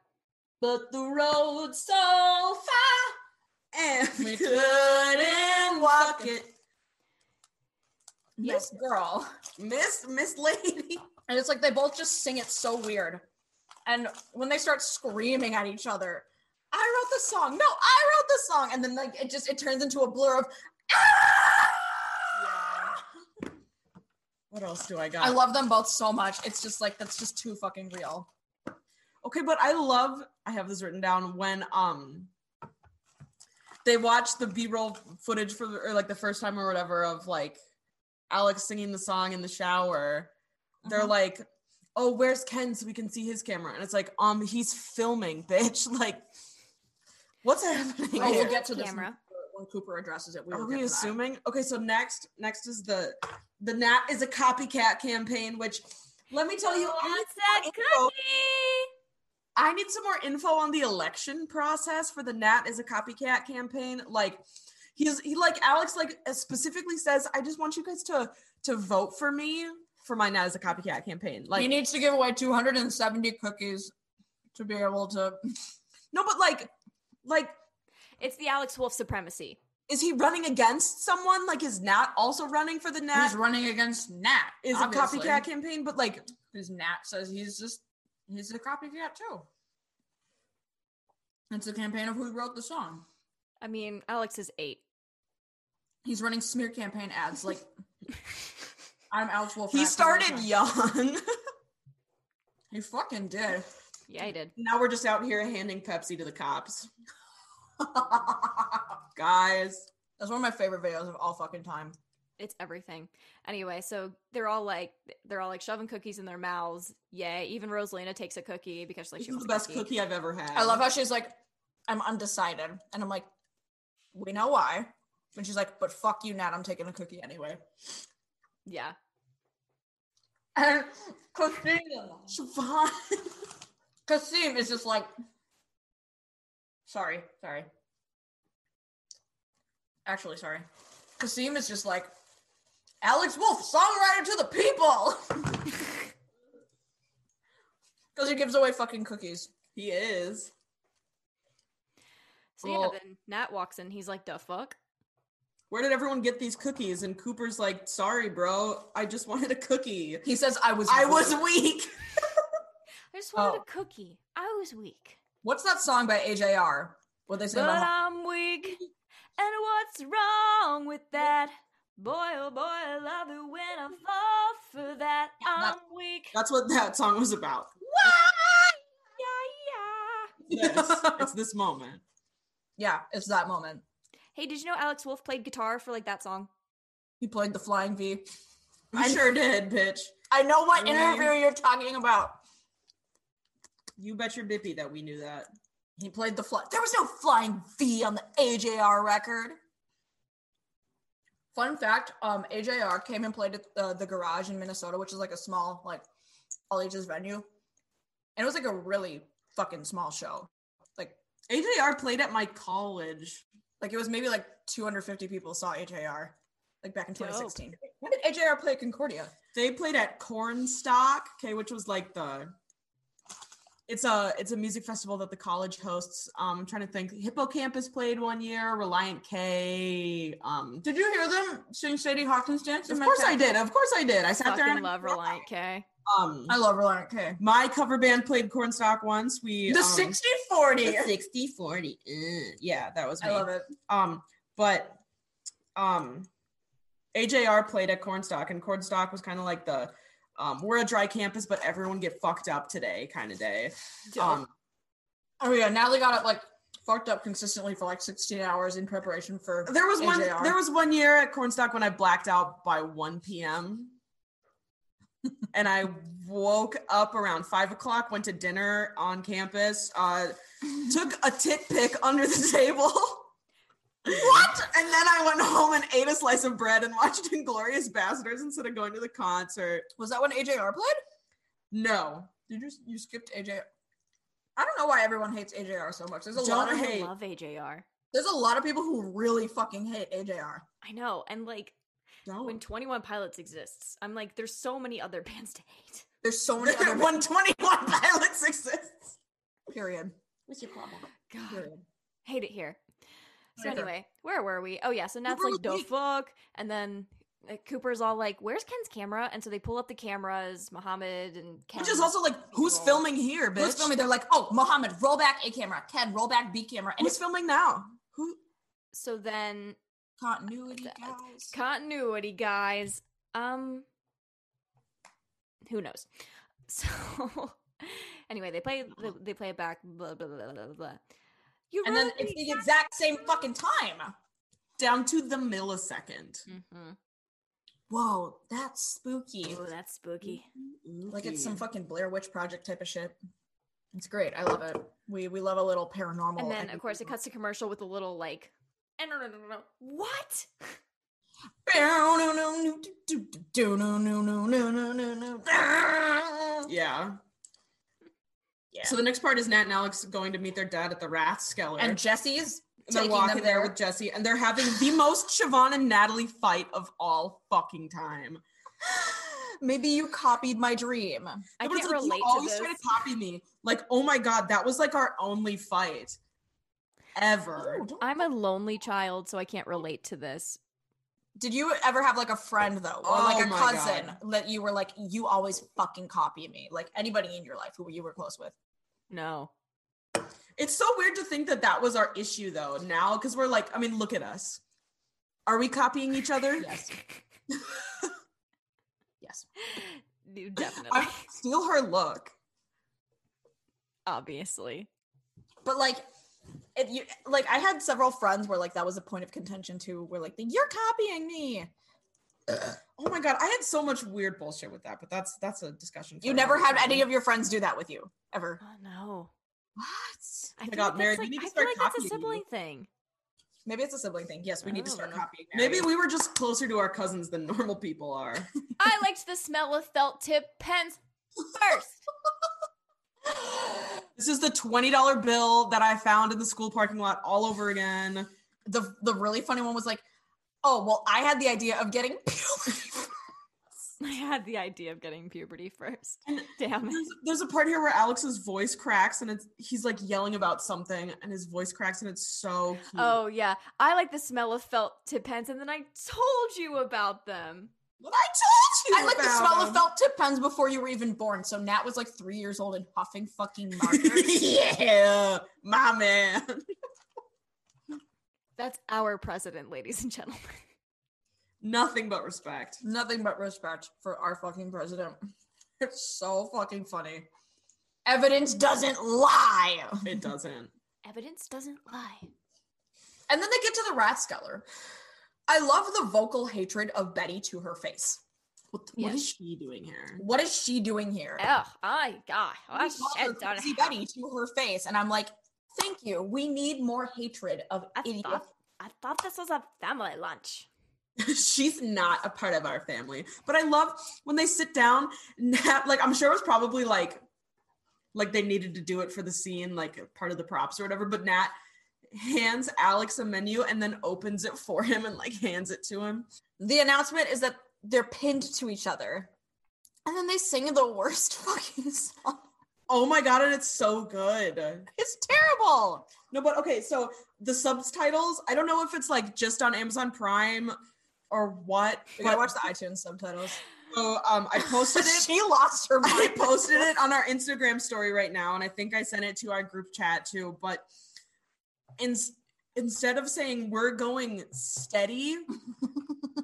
[SPEAKER 4] But the road's so far, and we couldn't walk it.
[SPEAKER 3] This girl.
[SPEAKER 4] Miss Miss Lady.
[SPEAKER 3] And it's like they both just sing it so weird. And when they start screaming at each other, I wrote the song. No, I wrote the song. And then like it just it turns into a blur of "Ah!"
[SPEAKER 4] What else do I got?
[SPEAKER 3] I love them both so much. It's just like that's just too fucking real.
[SPEAKER 4] Okay, but I love I have this written down when um they watch the B-roll footage for the- or like the first time or whatever of like Alex singing the song in the shower. They're
[SPEAKER 3] Uh-huh.
[SPEAKER 4] like, "Oh, where's Ken so we can see his camera?" And it's like, "Um, he's filming, bitch." Like what's happening?
[SPEAKER 3] Oh, we'll
[SPEAKER 4] here?
[SPEAKER 3] get to this
[SPEAKER 2] Camera.
[SPEAKER 3] when Cooper addresses it. We
[SPEAKER 4] Are
[SPEAKER 3] will
[SPEAKER 4] we
[SPEAKER 3] get to that.
[SPEAKER 4] assuming? Okay, so next next is the the Nat is a copycat campaign which let me tell you, I
[SPEAKER 2] What's that
[SPEAKER 4] info.
[SPEAKER 2] cookie?
[SPEAKER 4] I need some more info on the election process for the Nat is a copycat campaign. Like he's he like Alex like specifically says, I just want you guys to to vote for me for my Nat is a copycat campaign.
[SPEAKER 3] he
[SPEAKER 4] Like
[SPEAKER 3] needs to give away 270 cookies to be able to
[SPEAKER 4] no, but like like
[SPEAKER 2] It's the Alex Wolf supremacy.
[SPEAKER 4] is he running against someone? Like is Nat also running for the Nat
[SPEAKER 3] he's running against Nat.
[SPEAKER 4] is
[SPEAKER 3] obviously,
[SPEAKER 4] a copycat campaign? But like
[SPEAKER 3] Because Nat says he's just he's a copycat too. It's a campaign of who wrote the song.
[SPEAKER 2] I mean, Alex is eight.
[SPEAKER 3] He's running smear campaign ads like I'm Alex Wolf. and I
[SPEAKER 4] he
[SPEAKER 3] come
[SPEAKER 4] started
[SPEAKER 3] from-
[SPEAKER 4] young.
[SPEAKER 3] He fucking did.
[SPEAKER 2] Yeah, I did.
[SPEAKER 4] now we're just out here handing Pepsi to the cops. Guys.
[SPEAKER 3] That's one of my favorite videos of all fucking time.
[SPEAKER 2] it's everything. Anyway, so they're all like they're all like shoving cookies in their mouths. Yay! Even Rosalina takes a cookie because like
[SPEAKER 4] This
[SPEAKER 2] she
[SPEAKER 4] is
[SPEAKER 2] wants
[SPEAKER 4] the best
[SPEAKER 2] cookie.
[SPEAKER 4] cookie I've ever had.
[SPEAKER 3] I love how she's like, I'm undecided. And I'm like, we know why. And she's like, but fuck you, Nat. I'm taking a cookie anyway.
[SPEAKER 2] Yeah,
[SPEAKER 3] And Christina,
[SPEAKER 4] Siobhan.
[SPEAKER 3] Kasim is just like, sorry, sorry. Actually, sorry. Kasim is just like, Alex Wolf, songwriter to the people. Because he gives away fucking cookies.
[SPEAKER 4] He is.
[SPEAKER 2] So yeah,
[SPEAKER 3] Well-
[SPEAKER 2] then Nat walks in. He's like, "The fuck."
[SPEAKER 4] Where did everyone get these cookies? And Cooper's like, sorry, bro. I just wanted a cookie.
[SPEAKER 3] He says, I was.
[SPEAKER 4] I
[SPEAKER 3] weak."
[SPEAKER 4] was weak.
[SPEAKER 2] I just wanted
[SPEAKER 3] Oh.
[SPEAKER 2] a cookie. I was weak,
[SPEAKER 3] What's that song by AJR? What they say
[SPEAKER 2] but uh,
[SPEAKER 3] about
[SPEAKER 2] I'm weak. And what's wrong with that? Boy, oh boy, I love it when I fall for that. I'm
[SPEAKER 3] that's-
[SPEAKER 2] weak.
[SPEAKER 4] That's what that song was about.
[SPEAKER 2] Yeah,
[SPEAKER 4] Yes, it's this moment.
[SPEAKER 3] Yeah, it's that moment.
[SPEAKER 2] yeah. Hey, did you know Alex Wolf played guitar for like that song?
[SPEAKER 3] He played the flying V.
[SPEAKER 4] I sure did, bitch.
[SPEAKER 3] I know what
[SPEAKER 4] Mhm.
[SPEAKER 3] interview you're talking about.
[SPEAKER 4] You bet your bippy that we knew that.
[SPEAKER 3] He played the fly. There was no flying V on the AJR record. Fun fact: um, AJR came and played at the, the Garage in Minnesota, which is like a small, like all ages venue, and it was like a really fucking small show. Like,
[SPEAKER 4] AJR played at my college.
[SPEAKER 3] like it was maybe like 250 people saw AJR, like back in
[SPEAKER 2] Dope.
[SPEAKER 3] 2016. When did AJR play at Concordia?
[SPEAKER 4] They played at Cornstock, okay, which was like the it's a it's a music festival that the college hosts. Um, I'm trying to think. Hippocampus played one year. Reliant K. Um,
[SPEAKER 3] Did you hear them sing Sadie Hawkins dance?
[SPEAKER 4] of course I did. Of course I did. I sat there
[SPEAKER 2] Fucking
[SPEAKER 4] and
[SPEAKER 2] love Reliant K.
[SPEAKER 4] Um,
[SPEAKER 3] I love Reliant K.
[SPEAKER 4] my cover band played Cornstock once. We
[SPEAKER 3] The
[SPEAKER 4] um,
[SPEAKER 3] 60 40.
[SPEAKER 4] the 60 40. uh, yeah, that was me.
[SPEAKER 3] I love it.
[SPEAKER 4] Um, but um, AJR played at Cornstock, and Cornstock was kind of like the um, we're a dry campus, but everyone get fucked up today kind of day. Um,
[SPEAKER 3] Oh yeah, Natalie got it like fucked up consistently for like 16 hours in preparation for.
[SPEAKER 4] there was one.
[SPEAKER 3] AJR.
[SPEAKER 4] There was one year at Cornstock when I blacked out by 1 p.m. and I woke up around five o'clock. Went to dinner on campus. Uh, took a tit pic under the table. What? And then I went home and ate a slice of bread and watched Inglorious Bastards instead of going to the concert.
[SPEAKER 3] Was that when AJR played?
[SPEAKER 4] No,
[SPEAKER 3] Did you you skipped AJR? I don't know why everyone hates AJR so much. There's a lot
[SPEAKER 4] Don't
[SPEAKER 3] of
[SPEAKER 4] hate.
[SPEAKER 2] I love AJR.
[SPEAKER 3] there's a lot of people who really fucking hate AJR.
[SPEAKER 2] I know, and like
[SPEAKER 4] don't.
[SPEAKER 2] when Twenty One Pilots exists, I'm like, there's so many other bands to hate.
[SPEAKER 3] There's so many other
[SPEAKER 4] 121 pilots exists.
[SPEAKER 3] period.
[SPEAKER 2] God,
[SPEAKER 3] Period.
[SPEAKER 2] hate it here. So
[SPEAKER 3] Neither.
[SPEAKER 2] anyway, where were we? Oh yeah, so Nat's
[SPEAKER 3] Cooper
[SPEAKER 2] like,
[SPEAKER 3] was
[SPEAKER 2] "The
[SPEAKER 3] weak."
[SPEAKER 2] fuck," and then uh, Cooper's all like, "Where's Ken's camera?" And so they pull up the cameras, Mohammed and Ken.
[SPEAKER 4] Which is also like, who's
[SPEAKER 2] Evil.
[SPEAKER 4] filming here, bitch?
[SPEAKER 3] Who's filming? They're like, oh, Mohammed, roll back A camera. Ken, roll back B camera. And
[SPEAKER 4] Who's
[SPEAKER 3] it's
[SPEAKER 4] filming now? Who?
[SPEAKER 2] so then
[SPEAKER 3] continuity,
[SPEAKER 2] That's-
[SPEAKER 3] guys.
[SPEAKER 2] continuity guys. Um, who knows? So anyway, they play they, they play it back. Blah blah blah blah blah. You
[SPEAKER 3] And then it's the exact same fucking time.
[SPEAKER 4] Down to the millisecond.
[SPEAKER 2] hmm
[SPEAKER 3] Whoa, that's spooky.
[SPEAKER 2] Oh, that's spooky.
[SPEAKER 3] Like it's some fucking Blair Witch Project type of shit. It's great. I love it. We we love a little paranormal.
[SPEAKER 2] And then, of course, it
[SPEAKER 3] activity.
[SPEAKER 2] cuts to commercial with a little like, and what?
[SPEAKER 4] Yeah.
[SPEAKER 3] Yeah.
[SPEAKER 4] So the next part is Nat and Alex going to meet their dad at the Rathskeller.
[SPEAKER 3] And Jesse's
[SPEAKER 4] And they're
[SPEAKER 3] taking
[SPEAKER 4] walking
[SPEAKER 3] them
[SPEAKER 4] there
[SPEAKER 3] there.
[SPEAKER 4] with Jesse, and they're having the most Siobhan and Natalie fight of all fucking time.
[SPEAKER 3] Maybe you copied my dream.
[SPEAKER 2] I
[SPEAKER 4] Everyone's
[SPEAKER 2] can't
[SPEAKER 4] like,
[SPEAKER 2] relate
[SPEAKER 4] you
[SPEAKER 2] to
[SPEAKER 4] always
[SPEAKER 2] this.
[SPEAKER 4] try to copy me. Like, oh my god, that was like our only fight ever.
[SPEAKER 3] Ooh, don't-
[SPEAKER 2] I'm a lonely child, so I can't relate to this.
[SPEAKER 3] Did you ever have like a friend though, or like
[SPEAKER 4] Oh
[SPEAKER 3] a
[SPEAKER 4] my
[SPEAKER 3] cousin that you were like, you always fucking copy me? Like anybody in your life who you were close with.
[SPEAKER 2] No.
[SPEAKER 4] It's so weird to think that that was our issue though now because we're like, I mean, look at us. Are we copying each other?
[SPEAKER 3] Yes. yes.
[SPEAKER 2] You Definitely.
[SPEAKER 4] I steal her look.
[SPEAKER 2] Obviously.
[SPEAKER 3] but like if you like i had several friends where like that was a point of contention too where like the, you're copying me
[SPEAKER 4] Oh my god, I had so much weird bullshit with that, but that's that's a discussion. for
[SPEAKER 3] You
[SPEAKER 4] another
[SPEAKER 3] never had
[SPEAKER 4] time.
[SPEAKER 3] any of your friends do that with you ever.
[SPEAKER 2] Oh no.
[SPEAKER 4] What?
[SPEAKER 2] I,
[SPEAKER 4] I
[SPEAKER 2] feel
[SPEAKER 4] got
[SPEAKER 2] like
[SPEAKER 4] married.
[SPEAKER 2] That's like,
[SPEAKER 4] you need to
[SPEAKER 2] I
[SPEAKER 4] start
[SPEAKER 2] feel like that's
[SPEAKER 4] copying.
[SPEAKER 2] a sibling thing.
[SPEAKER 3] Maybe it's a sibling thing. Yes, we need to
[SPEAKER 2] Oh.
[SPEAKER 3] start copying. Mary.
[SPEAKER 4] Maybe we were just closer to our cousins than normal people are.
[SPEAKER 2] I liked the smell of felt tip pens first.
[SPEAKER 4] This is the twenty dollar bill that I found in the school parking lot all over again.
[SPEAKER 3] the the really funny one was like, oh well, I had the idea of getting puberty.
[SPEAKER 2] I had the idea of getting puberty first. Damn it.
[SPEAKER 4] There's, there's a part here where Alex's voice cracks and it's he's like yelling about something and his voice cracks and it's so cute.
[SPEAKER 2] Oh yeah, I like the smell of felt tip pens, and then I told you about them.
[SPEAKER 4] But I told you
[SPEAKER 3] I like the
[SPEAKER 4] about
[SPEAKER 3] smell of
[SPEAKER 4] him.
[SPEAKER 3] felt tip pens before you were even born. So Nat was like three years old and huffing fucking markers.
[SPEAKER 4] yeah, my man.
[SPEAKER 2] That's our president, ladies and gentlemen.
[SPEAKER 4] Nothing but respect.
[SPEAKER 3] Nothing but respect for our fucking president. It's so fucking funny. Evidence doesn't lie.
[SPEAKER 4] It doesn't.
[SPEAKER 2] Evidence doesn't lie.
[SPEAKER 3] And then they get to the rat skeller. I love the vocal hatred of Betty to her face.
[SPEAKER 4] What, what
[SPEAKER 2] Yes.
[SPEAKER 4] is she doing here?
[SPEAKER 3] What is she doing here?
[SPEAKER 2] Oh, my god! I
[SPEAKER 3] We call her
[SPEAKER 2] shit on
[SPEAKER 3] Crazy Betty to her face, and I'm like, thank you. We need more hatred of
[SPEAKER 2] I
[SPEAKER 3] idiot.
[SPEAKER 2] thought, I thought this was a family lunch.
[SPEAKER 4] She's not a part of our family. But I love when they sit down, Nat, like I'm sure it was probably like like they needed to do it for the scene, like part of the props or whatever, but Nat hands Alex a menu and then opens it for him and like hands it to him.
[SPEAKER 3] The announcement is that they're pinned to each other, and then they sing the worst fucking song.
[SPEAKER 4] Oh my god, and it's so good.
[SPEAKER 3] It's terrible.
[SPEAKER 4] No, but okay, so the subtitles, I don't know if it's like just on Amazon Prime or what.
[SPEAKER 3] We
[SPEAKER 4] But
[SPEAKER 3] gotta watch the iTunes subtitles.
[SPEAKER 4] so, um, I posted it.
[SPEAKER 3] she lost her
[SPEAKER 4] I
[SPEAKER 3] mind.
[SPEAKER 4] posted it on our Instagram story right now, and I think I sent it to our group chat too. But in, instead of saying we're going steady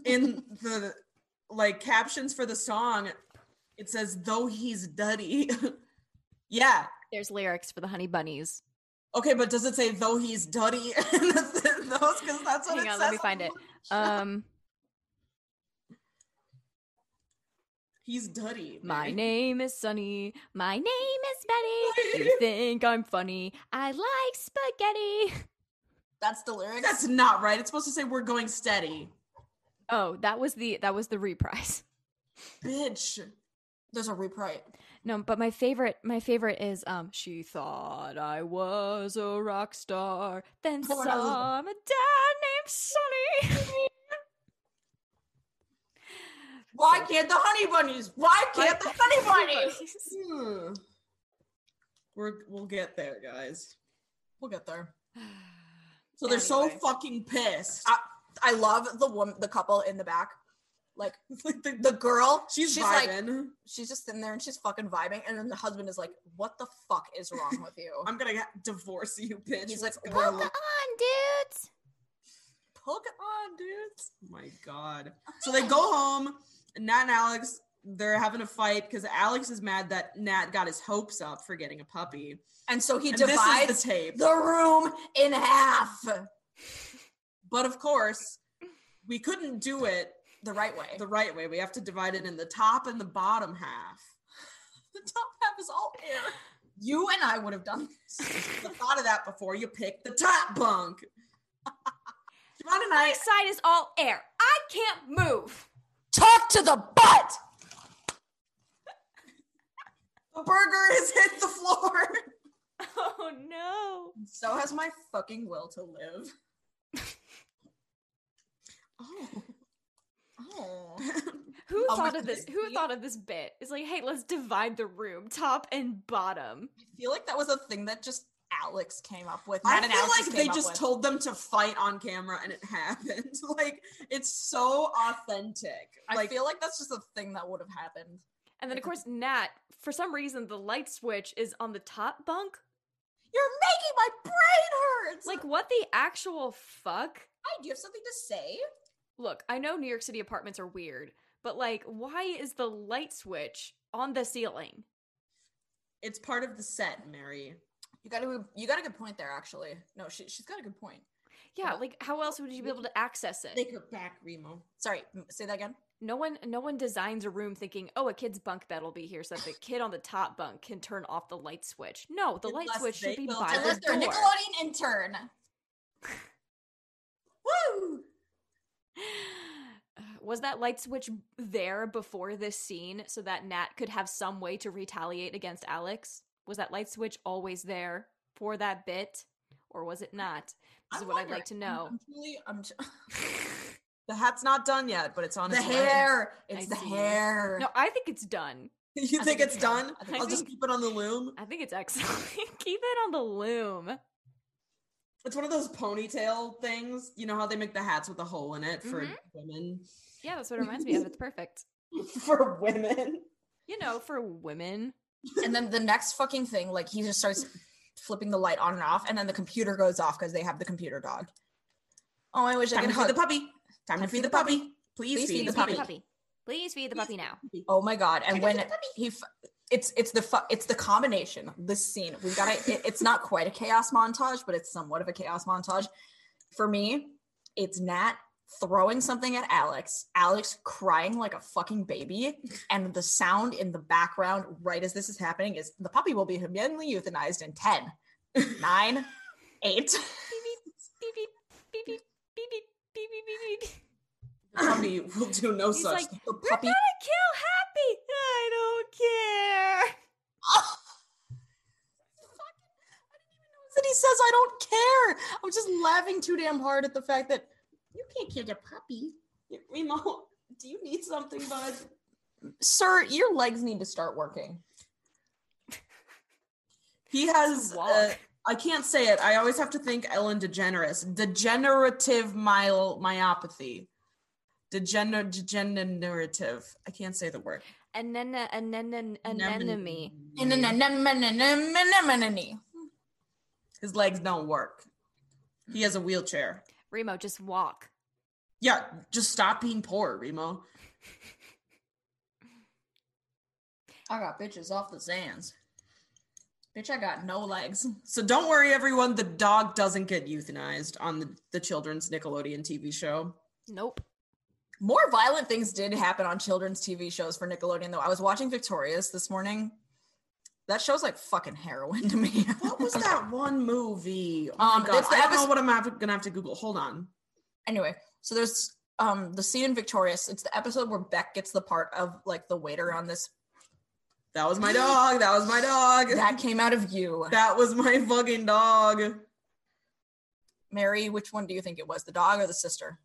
[SPEAKER 4] in the like captions for the song, it says though he's duddy. yeah.
[SPEAKER 2] There's lyrics for the honey bunnies.
[SPEAKER 4] Okay, but does it say though he's duddy? in those because that's what
[SPEAKER 2] Hang
[SPEAKER 4] it
[SPEAKER 2] on,
[SPEAKER 4] says.
[SPEAKER 2] let me find it. Um,
[SPEAKER 4] He's duddy.
[SPEAKER 2] my
[SPEAKER 4] Mary.
[SPEAKER 2] name is Sunny. My name is Betty. You think I'm funny? I like spaghetti.
[SPEAKER 3] That's the lyrics.
[SPEAKER 4] That's not right. It's supposed to say we're going steady.
[SPEAKER 2] Oh, that was the that was the reprise.
[SPEAKER 4] Bitch.
[SPEAKER 3] There's a reprint.
[SPEAKER 2] No, but my favorite, my favorite is um. She thought I was a rock star, then
[SPEAKER 3] Oh,
[SPEAKER 2] some
[SPEAKER 3] and I was-
[SPEAKER 2] dad named Sonny.
[SPEAKER 3] Why can't the honey bunnies? Why can't the honey bunnies?
[SPEAKER 4] Hmm. We're, we'll get there, guys.
[SPEAKER 3] We'll get there.
[SPEAKER 4] So they're so
[SPEAKER 3] Anyway.
[SPEAKER 4] fucking pissed.
[SPEAKER 3] I- I love the woman, the couple in the back. Like the, the girl,
[SPEAKER 4] she's
[SPEAKER 3] she's like
[SPEAKER 4] vibing.
[SPEAKER 3] she's just sitting there and she's fucking vibing, and then the husband is like, "What the fuck is wrong with you?"
[SPEAKER 4] I'm gonna ha- divorce you, bitch.
[SPEAKER 3] He's like,
[SPEAKER 4] What's
[SPEAKER 2] Poke
[SPEAKER 4] going
[SPEAKER 2] on,
[SPEAKER 4] on?
[SPEAKER 2] dudes.
[SPEAKER 3] Poke
[SPEAKER 4] on, dudes. My God. So they go home. and Nat and Alex, they're having a fight because Alex is mad that Nat got his hopes up for getting a puppy.
[SPEAKER 3] And so he
[SPEAKER 4] And this
[SPEAKER 3] divides
[SPEAKER 4] is the tape.
[SPEAKER 3] the room in half
[SPEAKER 4] But of course, we couldn't do it
[SPEAKER 3] the right way.
[SPEAKER 4] the right way. We have to divide it in the top and the bottom half.
[SPEAKER 3] the top half is all air. You and I would have done this.
[SPEAKER 4] I thought of that before you picked the top bunk. Siobhan and I
[SPEAKER 2] My side is all air. I can't move.
[SPEAKER 3] Talk to the butt.
[SPEAKER 4] The burger has hit the floor.
[SPEAKER 2] Oh no.
[SPEAKER 3] So has my fucking will to live.
[SPEAKER 4] Oh,
[SPEAKER 3] Oh.
[SPEAKER 2] Who
[SPEAKER 3] Oh,
[SPEAKER 2] thought
[SPEAKER 3] we-
[SPEAKER 2] of this? Who
[SPEAKER 3] we-
[SPEAKER 2] thought of this bit? It's like, hey, let's divide the room, top and bottom.
[SPEAKER 3] I feel like that was a thing that just Alex came up with.
[SPEAKER 4] I
[SPEAKER 3] Matt and
[SPEAKER 4] feel
[SPEAKER 3] Alex
[SPEAKER 4] like
[SPEAKER 3] came
[SPEAKER 4] they
[SPEAKER 3] up
[SPEAKER 4] just
[SPEAKER 3] with.
[SPEAKER 4] told them to fight on camera and it happened. Like it's so authentic.
[SPEAKER 3] I
[SPEAKER 4] Like
[SPEAKER 3] feel like that's just a thing that would have happened.
[SPEAKER 2] And then, of course, Nat. For some reason, the light switch is on the top bunk.
[SPEAKER 3] You're making my brain hurt.
[SPEAKER 2] Like, what the actual fuck?
[SPEAKER 3] hi, do you have something to say?
[SPEAKER 2] Look, I know New York City apartments are weird, but like, why is the light switch on the ceiling?
[SPEAKER 4] it's part of the set, Mary.
[SPEAKER 3] You got a you got a good point there, actually. No, she she's got a good point.
[SPEAKER 2] Yeah, like, how else would you be able to access it?
[SPEAKER 4] Take her back, Remo.
[SPEAKER 3] Sorry, m- say that again.
[SPEAKER 2] No one, no one designs a room thinking, "Oh, a kid's bunk bed will be here, so that the kid on the top bunk can turn off the light switch." No, the light
[SPEAKER 4] Unless
[SPEAKER 2] switch
[SPEAKER 4] they
[SPEAKER 2] should be
[SPEAKER 4] will
[SPEAKER 2] by
[SPEAKER 6] Unless
[SPEAKER 2] the
[SPEAKER 6] they're a
[SPEAKER 2] door.
[SPEAKER 6] Nickelodeon intern.
[SPEAKER 4] Woo!
[SPEAKER 2] Was that light switch there before this scene so that Nat could have some way to retaliate against Alex? Was that light switch always there for that bit, or was it not? This
[SPEAKER 3] I'm
[SPEAKER 2] is what I'd like to
[SPEAKER 3] wondering.
[SPEAKER 2] know.
[SPEAKER 3] I'm- I'm truly, I'm t-
[SPEAKER 4] The hat's not done yet, but it's on
[SPEAKER 3] the
[SPEAKER 4] its way.
[SPEAKER 3] hair. It's
[SPEAKER 2] I
[SPEAKER 3] the
[SPEAKER 2] see.
[SPEAKER 3] hair.
[SPEAKER 2] No, I think it's done.
[SPEAKER 4] you
[SPEAKER 3] I
[SPEAKER 4] think,
[SPEAKER 3] think
[SPEAKER 4] it's
[SPEAKER 3] it's
[SPEAKER 4] done?
[SPEAKER 3] I
[SPEAKER 4] I'll
[SPEAKER 3] think
[SPEAKER 2] it's
[SPEAKER 4] just
[SPEAKER 2] done.
[SPEAKER 4] keep it on the loom.
[SPEAKER 2] I think it's excellent. Keep it on the loom.
[SPEAKER 4] It's one of those ponytail things. You know how they make the hats with a hole in it for women?
[SPEAKER 2] Yeah, that's what it reminds me of. It's perfect.
[SPEAKER 4] for women?
[SPEAKER 2] You know, for women.
[SPEAKER 3] and then the next fucking thing, like he just starts flipping the light on and off, and then the computer goes off because they have the computer dog. Oh, I wish I
[SPEAKER 4] Time
[SPEAKER 3] could
[SPEAKER 4] to feed
[SPEAKER 3] hug.
[SPEAKER 4] the puppy. Time to feed the puppy. Please
[SPEAKER 3] Please
[SPEAKER 4] feed
[SPEAKER 3] feed
[SPEAKER 4] the
[SPEAKER 3] the puppy.
[SPEAKER 4] puppy.
[SPEAKER 2] Please feed the puppy now.
[SPEAKER 3] oh my god! And when he, f- it's it's the fu- it's the combination. This scene we've got. to It, it's not quite a chaos montage, but it's somewhat of a chaos montage. For me, it's Nat throwing something at Alex, Alex crying like a fucking baby, and the sound in the background right as this is happening is the puppy will be humanely euthanized in 10, 9, 8.
[SPEAKER 2] Beep beep beep beep beep beep beep beep beep. beep.
[SPEAKER 4] The puppy will do no
[SPEAKER 2] He's
[SPEAKER 4] such
[SPEAKER 2] like,
[SPEAKER 4] thing.
[SPEAKER 3] The
[SPEAKER 2] You're
[SPEAKER 3] puppy
[SPEAKER 2] gonna kill Happy. I don't care.
[SPEAKER 3] that he says, I don't care. I'm just laughing too damn hard at the fact that you can't kill a puppy.
[SPEAKER 4] Remo, do you need something, bud?
[SPEAKER 3] Sir, your legs need to start working.
[SPEAKER 4] He has.
[SPEAKER 2] walk.
[SPEAKER 4] Uh, I can't say it. I always have to think Ellen DeGeneres. Degenerative myel myopathy. Degener- degenerative. I can't say the word.
[SPEAKER 2] Anena, anena, anemone.
[SPEAKER 3] Mm.
[SPEAKER 4] His legs don't work. He has a wheelchair.
[SPEAKER 2] Remo, just walk.
[SPEAKER 4] Yeah, just stop being poor, Remo.
[SPEAKER 3] I got bitches off the sands. Bitch, I got no legs.
[SPEAKER 4] So don't worry, everyone. The dog doesn't get euthanized on the, the children's Nickelodeon TV show.
[SPEAKER 2] Nope.
[SPEAKER 3] More violent things did happen on children's TV shows for Nickelodeon, though. I was watching Victorious this morning. That show's like fucking heroin to me.
[SPEAKER 4] What was that one movie? Oh
[SPEAKER 3] Um,
[SPEAKER 4] my god,
[SPEAKER 3] it's the
[SPEAKER 4] I don't know
[SPEAKER 3] episode-
[SPEAKER 4] what I'm have- gonna have to Google. Hold on.
[SPEAKER 3] anyway, so there's um the scene in Victorious. It's the episode where Beck gets the part of like the waiter on this.
[SPEAKER 4] That was my dog. That was my dog.
[SPEAKER 3] That came out of you,
[SPEAKER 4] That was my fucking dog.
[SPEAKER 3] Mary. Which one do you think it was, the dog or the sister?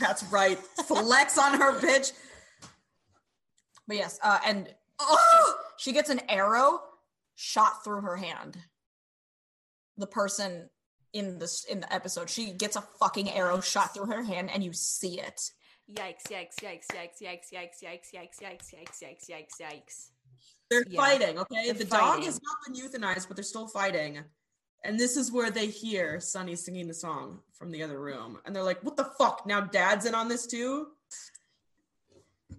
[SPEAKER 4] That's right. Flex on her, bitch.
[SPEAKER 3] But yes, uh, and
[SPEAKER 4] Oh!
[SPEAKER 3] she gets an arrow shot through her hand. The person in this in the episode, she gets a fucking arrow shot through her hand, and you see it.
[SPEAKER 2] Yikes! Yikes! Yikes! Yikes! Yikes! Yikes! Yikes! Yikes! Yikes! Yikes! Yikes! Yikes! Yikes!
[SPEAKER 4] They're
[SPEAKER 2] Yeah.
[SPEAKER 4] fighting, okay?
[SPEAKER 2] They're
[SPEAKER 4] the dog
[SPEAKER 2] fighting.
[SPEAKER 4] has not been euthanized, but they're still fighting. And this is where they hear Sonny singing the song from the other room. And they're like, what the fuck? Now dad's in on this too?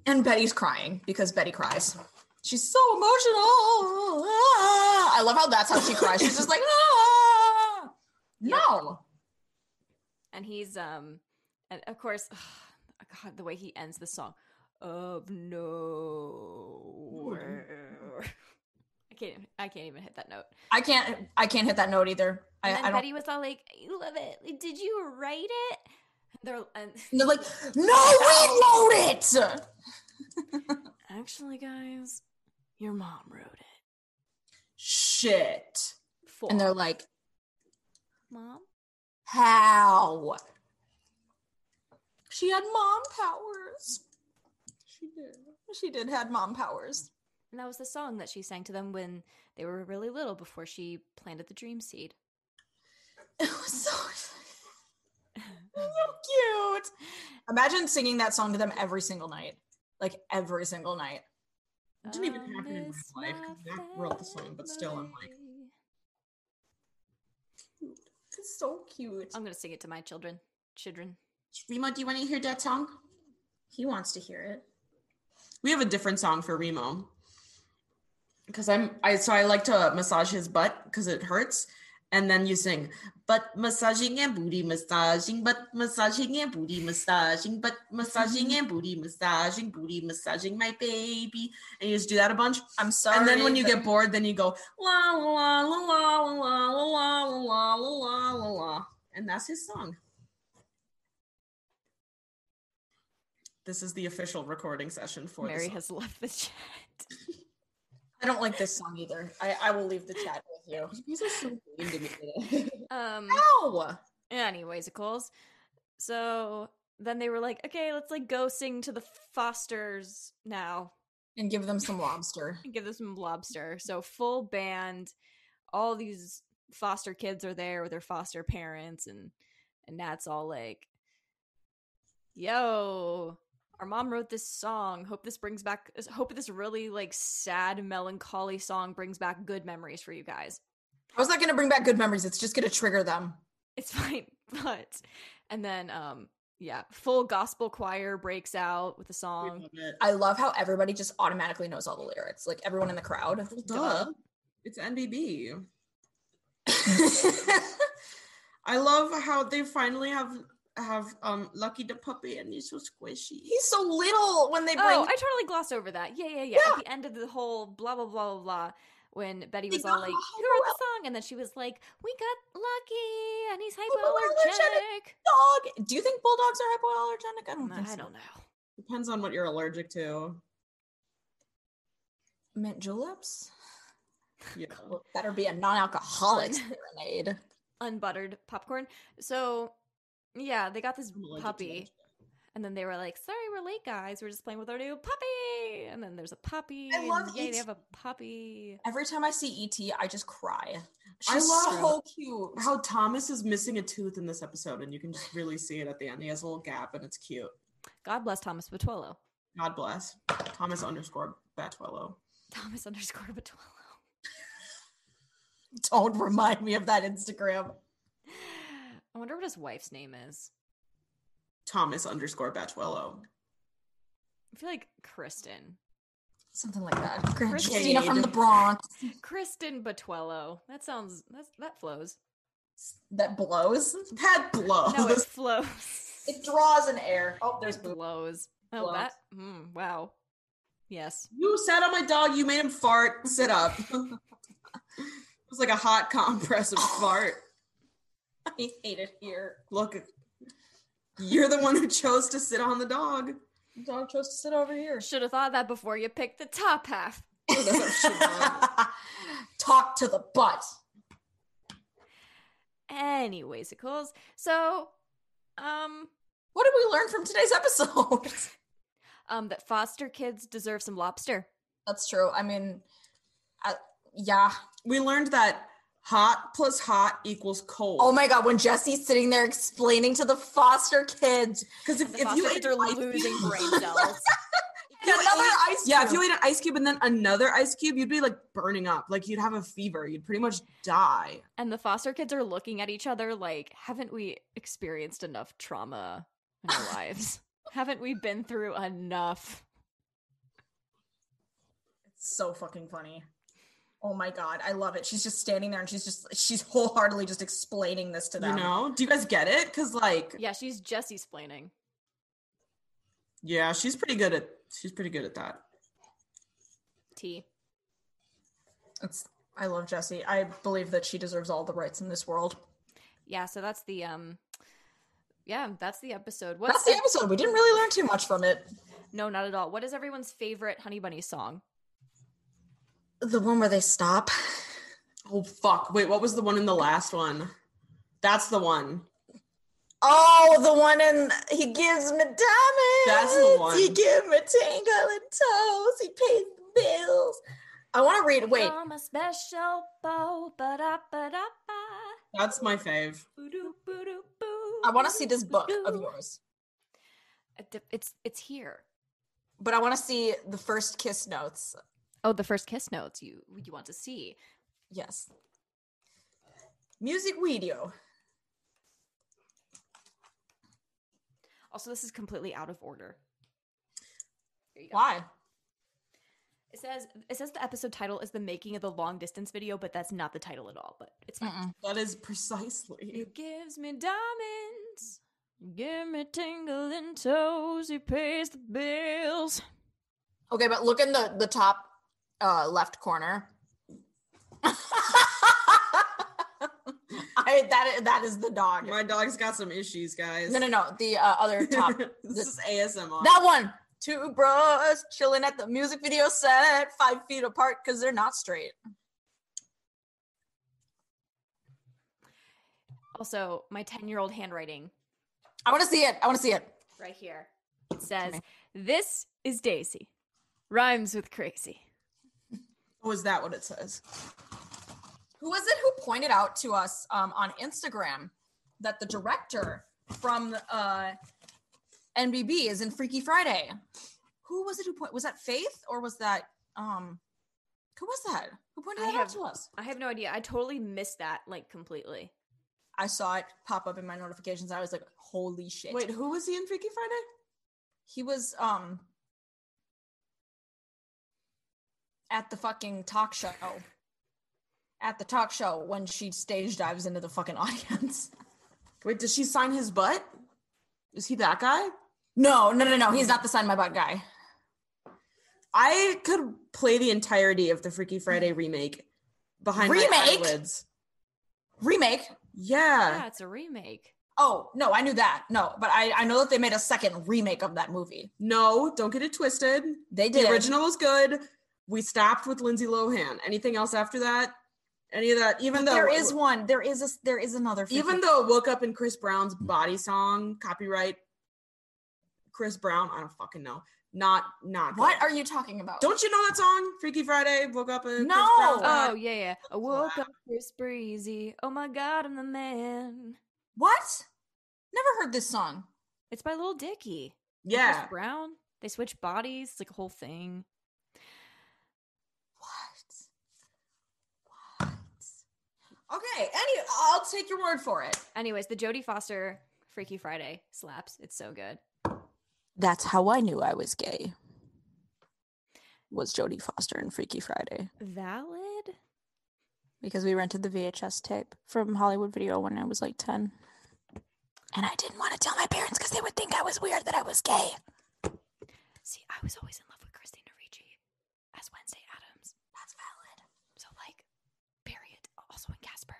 [SPEAKER 3] And Betty's crying because Betty cries. She's so emotional. Ah. I love how that's how she cries. She's just like, ah. no.
[SPEAKER 2] and he's um and of course oh god the way he ends the song of no i can't i can't even hit that note
[SPEAKER 3] I can't. I can't hit that note either. I,
[SPEAKER 2] and
[SPEAKER 3] I
[SPEAKER 2] then
[SPEAKER 3] don't.
[SPEAKER 2] betty was all like you love it did you write it they're and
[SPEAKER 3] and they're like, no, we wrote it.
[SPEAKER 2] actually guys your mom wrote it
[SPEAKER 4] Shit.
[SPEAKER 2] for
[SPEAKER 3] And they're like,
[SPEAKER 2] mom
[SPEAKER 3] how? She had mom powers. She did. She did had mom powers.
[SPEAKER 2] and that was the song that she sang to them when they were really little before she planted the dream seed
[SPEAKER 3] It was so. so cute. Imagine singing that song to them every single night, like every single night.
[SPEAKER 4] It didn't even
[SPEAKER 2] On
[SPEAKER 4] happen in real
[SPEAKER 2] this
[SPEAKER 4] life, 'cause
[SPEAKER 2] my
[SPEAKER 4] Mac wrote the song, but still I'm like-
[SPEAKER 2] family.
[SPEAKER 3] It's so cute.
[SPEAKER 7] Um,
[SPEAKER 2] I'm gonna sing it to my children. Children.
[SPEAKER 4] Remo, do you want to hear that song?
[SPEAKER 3] He wants to hear it.
[SPEAKER 4] We have a different song for Remo. Because I'm I so I like to massage his butt because it hurts. and then you sing butt massaging and booty massaging, butt massaging and booty massaging, butt massaging and booty massaging, booty massaging my baby, and you just do that a bunch.
[SPEAKER 7] I'm sorry.
[SPEAKER 4] and then when you
[SPEAKER 7] but-
[SPEAKER 4] get bored, then you go la la la la la la la la la la la la la, and that's his song. This is the official recording session for the
[SPEAKER 2] Mary
[SPEAKER 4] song.
[SPEAKER 2] has left the chat.
[SPEAKER 7] I don't like this song either. I, I will leave the chat with you. You guys are so mean to me today.
[SPEAKER 2] Um,
[SPEAKER 7] Ow!
[SPEAKER 2] anyways, Coles. So then they were like, okay, let's like go sing to the Fosters now
[SPEAKER 7] And give them some lobster.
[SPEAKER 2] and give them some lobster. So full band, all these foster kids are there with their foster parents, and and Nat's all like, yo. Our mom wrote this song. Hope this brings back. Hope this really like sad, melancholy song brings back good memories for you guys.
[SPEAKER 7] I was not going to bring back good memories. It's just going to trigger them.
[SPEAKER 2] it's fine but and then um yeah full gospel choir breaks out with a
[SPEAKER 4] We
[SPEAKER 2] song
[SPEAKER 4] love it.
[SPEAKER 7] I love how everybody just automatically knows all the lyrics. Like everyone in the crowd.
[SPEAKER 4] Duh. It's NBB. I love how they finally have have um Lucky the puppy and he's so squishy.
[SPEAKER 7] He's so little when they bring.
[SPEAKER 2] oh i totally glossed over that yeah yeah yeah at the end of the whole blah blah blah blah blah when betty
[SPEAKER 7] They
[SPEAKER 2] was all
[SPEAKER 7] got
[SPEAKER 2] like who wrote the
[SPEAKER 7] hypoallergenic."
[SPEAKER 2] song and then she was like we got lucky and he's
[SPEAKER 7] Hypoallergenic.
[SPEAKER 2] hypoallergenic
[SPEAKER 7] dog. Do you think bulldogs are hypoallergenic? I don't
[SPEAKER 2] Mm,
[SPEAKER 7] think so.
[SPEAKER 2] i don't know
[SPEAKER 4] Depends on what you're allergic to.
[SPEAKER 7] Mint juleps?
[SPEAKER 4] Yeah.
[SPEAKER 7] Well, better be a non-alcoholic
[SPEAKER 2] Fun.
[SPEAKER 7] serenade.
[SPEAKER 2] unbuttered popcorn so yeah they got this
[SPEAKER 4] I'm allergic to
[SPEAKER 2] puppy
[SPEAKER 4] that.
[SPEAKER 2] and then they were like sorry we're late guys we're just playing with our new puppy and then there's a puppy
[SPEAKER 7] I
[SPEAKER 2] and
[SPEAKER 7] love
[SPEAKER 2] yay
[SPEAKER 7] each-
[SPEAKER 2] they have a puppy
[SPEAKER 7] Every time I see ET, I just cry.
[SPEAKER 4] I
[SPEAKER 7] She's
[SPEAKER 4] love-
[SPEAKER 7] so cute.
[SPEAKER 4] How Thomas is missing a tooth in this episode, and you can just really see it at the end. He has a little gap, and it's cute.
[SPEAKER 2] god bless thomas Patullo.
[SPEAKER 4] God bless Thomas underscore Batuello.
[SPEAKER 2] Thomas underscore Batwello.
[SPEAKER 7] Don't remind me of that Instagram.
[SPEAKER 2] I wonder what his wife's name is.
[SPEAKER 4] Thomas underscore Batuello.
[SPEAKER 2] I feel like Kristen.
[SPEAKER 7] Something like that. Christina
[SPEAKER 4] Christine.
[SPEAKER 7] from the Bronx
[SPEAKER 2] Kristen Batuello. That sounds that's, that flows.
[SPEAKER 7] that blows.
[SPEAKER 4] That blows.
[SPEAKER 2] No, it flows.
[SPEAKER 7] It draws an air. Oh, there's
[SPEAKER 2] It blows. Oh,
[SPEAKER 7] Blows.
[SPEAKER 2] that. Mm, wow. Yes.
[SPEAKER 4] you sat on my dog. You made him fart. Sit up. it was like a hot compress of fart.
[SPEAKER 7] I hate it here.
[SPEAKER 4] Look, you're the one who chose to sit on the dog.
[SPEAKER 7] Dog chose to sit over here.
[SPEAKER 2] Should have thought of that before you picked the top half.
[SPEAKER 7] Talk to the butt.
[SPEAKER 2] Anyways, it calls. So, um,
[SPEAKER 7] What did we learn from today's episode?
[SPEAKER 2] um, that foster kids deserve some lobster.
[SPEAKER 7] That's true. I mean, I, yeah.
[SPEAKER 4] We learned that hot plus hot equals cold.
[SPEAKER 7] Oh my god, when Jesse's sitting there explaining to the foster kids,
[SPEAKER 4] Because if,
[SPEAKER 2] The
[SPEAKER 4] if
[SPEAKER 2] foster
[SPEAKER 4] you ate
[SPEAKER 2] kids are
[SPEAKER 4] ice
[SPEAKER 2] losing
[SPEAKER 4] cube-
[SPEAKER 2] brain cells.
[SPEAKER 4] if you
[SPEAKER 7] another
[SPEAKER 4] ate-
[SPEAKER 7] ice
[SPEAKER 4] Yeah, if
[SPEAKER 7] cube.
[SPEAKER 4] you ate an ice cube and then another ice cube, you'd be like burning up. Like you'd have a fever. You'd pretty much die.
[SPEAKER 2] And the foster kids are looking at each other like, haven't we experienced enough trauma in our lives? haven't we been through enough?
[SPEAKER 7] It's so fucking funny. Oh my god, I love it. She's just standing there and she's just she's wholeheartedly just explaining this to
[SPEAKER 4] You
[SPEAKER 7] them.
[SPEAKER 4] know? Do you guys get it? Because like,
[SPEAKER 2] Yeah, she's Jessie splaining.
[SPEAKER 4] yeah, she's pretty good at she's pretty good at that.
[SPEAKER 2] T.
[SPEAKER 7] It's I love Jessie. I believe that she deserves all the rights in this world.
[SPEAKER 2] Yeah, so that's the um yeah, that's the episode.
[SPEAKER 7] That's
[SPEAKER 2] What's
[SPEAKER 7] the episode. We didn't really learn too much from it.
[SPEAKER 2] no, not at all. What is everyone's favorite Honey Bunny song?
[SPEAKER 7] The one where they stop.
[SPEAKER 4] Oh fuck! Wait, what was the one in the last one? That's the one.
[SPEAKER 7] Oh, the one in he gives me diamonds.
[SPEAKER 4] That's the one.
[SPEAKER 7] He gives me tangle and toes. He pays the bills. I want to read. Wait,
[SPEAKER 2] I'm a special bow, ba-da, ba-da, ba,
[SPEAKER 4] That's my fave.
[SPEAKER 2] boo-doo, boo-doo, boo,
[SPEAKER 7] I want to see this book of
[SPEAKER 2] boo-doo.
[SPEAKER 7] yours,
[SPEAKER 2] It's it's here.
[SPEAKER 7] but I want to see the first kiss notes.
[SPEAKER 2] Oh, the first kiss notes you you want to see.
[SPEAKER 7] Yes. Music video.
[SPEAKER 2] Also, this is completely out of order. There you go.
[SPEAKER 7] Why?
[SPEAKER 2] It says it says the episode title is the making of the long distance video, but that's not the title at all. But it's fine.
[SPEAKER 3] Mm-mm.
[SPEAKER 4] That is precisely.
[SPEAKER 2] It gives me diamonds. Give me tingling toes. He pays the bills.
[SPEAKER 7] Okay, but look in the the top uh, left corner. I that i- that is the dog.
[SPEAKER 4] My dog's got some issues, guys.
[SPEAKER 7] No, no, no. The uh, other top.
[SPEAKER 4] this is ASMR.
[SPEAKER 7] that one. Two bros chilling at the music video set, five feet apart because they're not straight.
[SPEAKER 2] Also, my ten year old handwriting
[SPEAKER 7] I want to see it. I want to see it.
[SPEAKER 2] right here. It says, "This is Daisy." Rhymes with crazy.
[SPEAKER 4] was that what it says?
[SPEAKER 7] Who was it who pointed out to us um, on Instagram that the director from uh, NBB is in Freaky Friday? Who was it who point? Was that Faith or was that um? Who was that? Who pointed
[SPEAKER 2] I
[SPEAKER 7] that out
[SPEAKER 2] have-
[SPEAKER 7] to us?
[SPEAKER 2] I have no idea. I totally missed that like completely.
[SPEAKER 7] I saw it pop up in my notifications. I was like, "Holy shit!"
[SPEAKER 4] Wait, who was he in Freaky Friday?
[SPEAKER 7] he was um at the fucking talk show. At the talk show when she stage dives into the fucking audience.
[SPEAKER 4] Wait, does she sign his butt? Is he that guy?
[SPEAKER 7] No, no, no, no. He's not the sign my butt guy.
[SPEAKER 4] I could play the entirety of the Freaky Friday remake behind my
[SPEAKER 7] Remake?
[SPEAKER 4] eyelids.
[SPEAKER 7] Remake.
[SPEAKER 2] Yeah,
[SPEAKER 4] Yeah.
[SPEAKER 2] it's a remake.
[SPEAKER 7] Oh no, I knew that. No, but I, I know that they made a second remake of that movie.
[SPEAKER 4] No, don't get it twisted.
[SPEAKER 7] They did
[SPEAKER 4] The original was good. We stopped with Lindsay Lohan. Anything else after that? Any of that? Even though
[SPEAKER 7] there is one. There is a there is another.
[SPEAKER 4] even
[SPEAKER 7] freaking-
[SPEAKER 4] though "Woke Up" in Chris Brown's body song copyright. Chris Brown, I don't fucking know. Not not.
[SPEAKER 7] what
[SPEAKER 4] good.
[SPEAKER 7] are you talking about?
[SPEAKER 4] Don't you know that song? Freaky Friday, woke up in
[SPEAKER 7] No!
[SPEAKER 4] Chris Brown's body.
[SPEAKER 2] Oh yeah, yeah. I woke up Chris Breezy. Oh my god, I'm the man.
[SPEAKER 7] what? Never heard this song.
[SPEAKER 2] It's by Lil Dicky. and Chris
[SPEAKER 4] yeah.
[SPEAKER 2] Brown. They switch bodies. It's like a whole thing.
[SPEAKER 7] What? What? Okay. Any, I'll take your word for it.
[SPEAKER 2] Anyways, the Jodie Foster Freaky Friday slaps. It's so good.
[SPEAKER 7] That's how I knew I was gay. Was Jodie Foster in Freaky Friday
[SPEAKER 2] Valid.
[SPEAKER 7] because we rented the VHS tape from Hollywood Video when I was like ten, and I didn't want to tell my parents because they would think I was weird that I was gay.
[SPEAKER 2] See, I was always in love with Christina Ricci as Wednesday Adams. That's valid. So like, period. Also in Casper.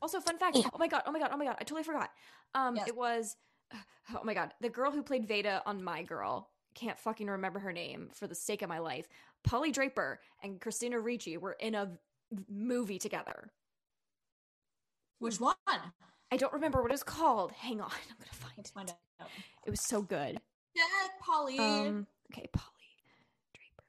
[SPEAKER 2] Also, fun fact. Oh my god. Oh my god. Oh my god. I totally forgot. Um,
[SPEAKER 7] Yes.
[SPEAKER 2] it was. Oh my god, the girl who played Veda on My Girl can't fucking remember her name for the sake of my life. Polly Draper and Christina Ricci were in a v- movie together.
[SPEAKER 7] Which one?
[SPEAKER 2] I don't remember what it was called. Hang on, I'm gonna find it.
[SPEAKER 7] Find out.
[SPEAKER 2] It was so good.
[SPEAKER 7] Yeah, Polly.
[SPEAKER 2] Um, okay, Polly Draper.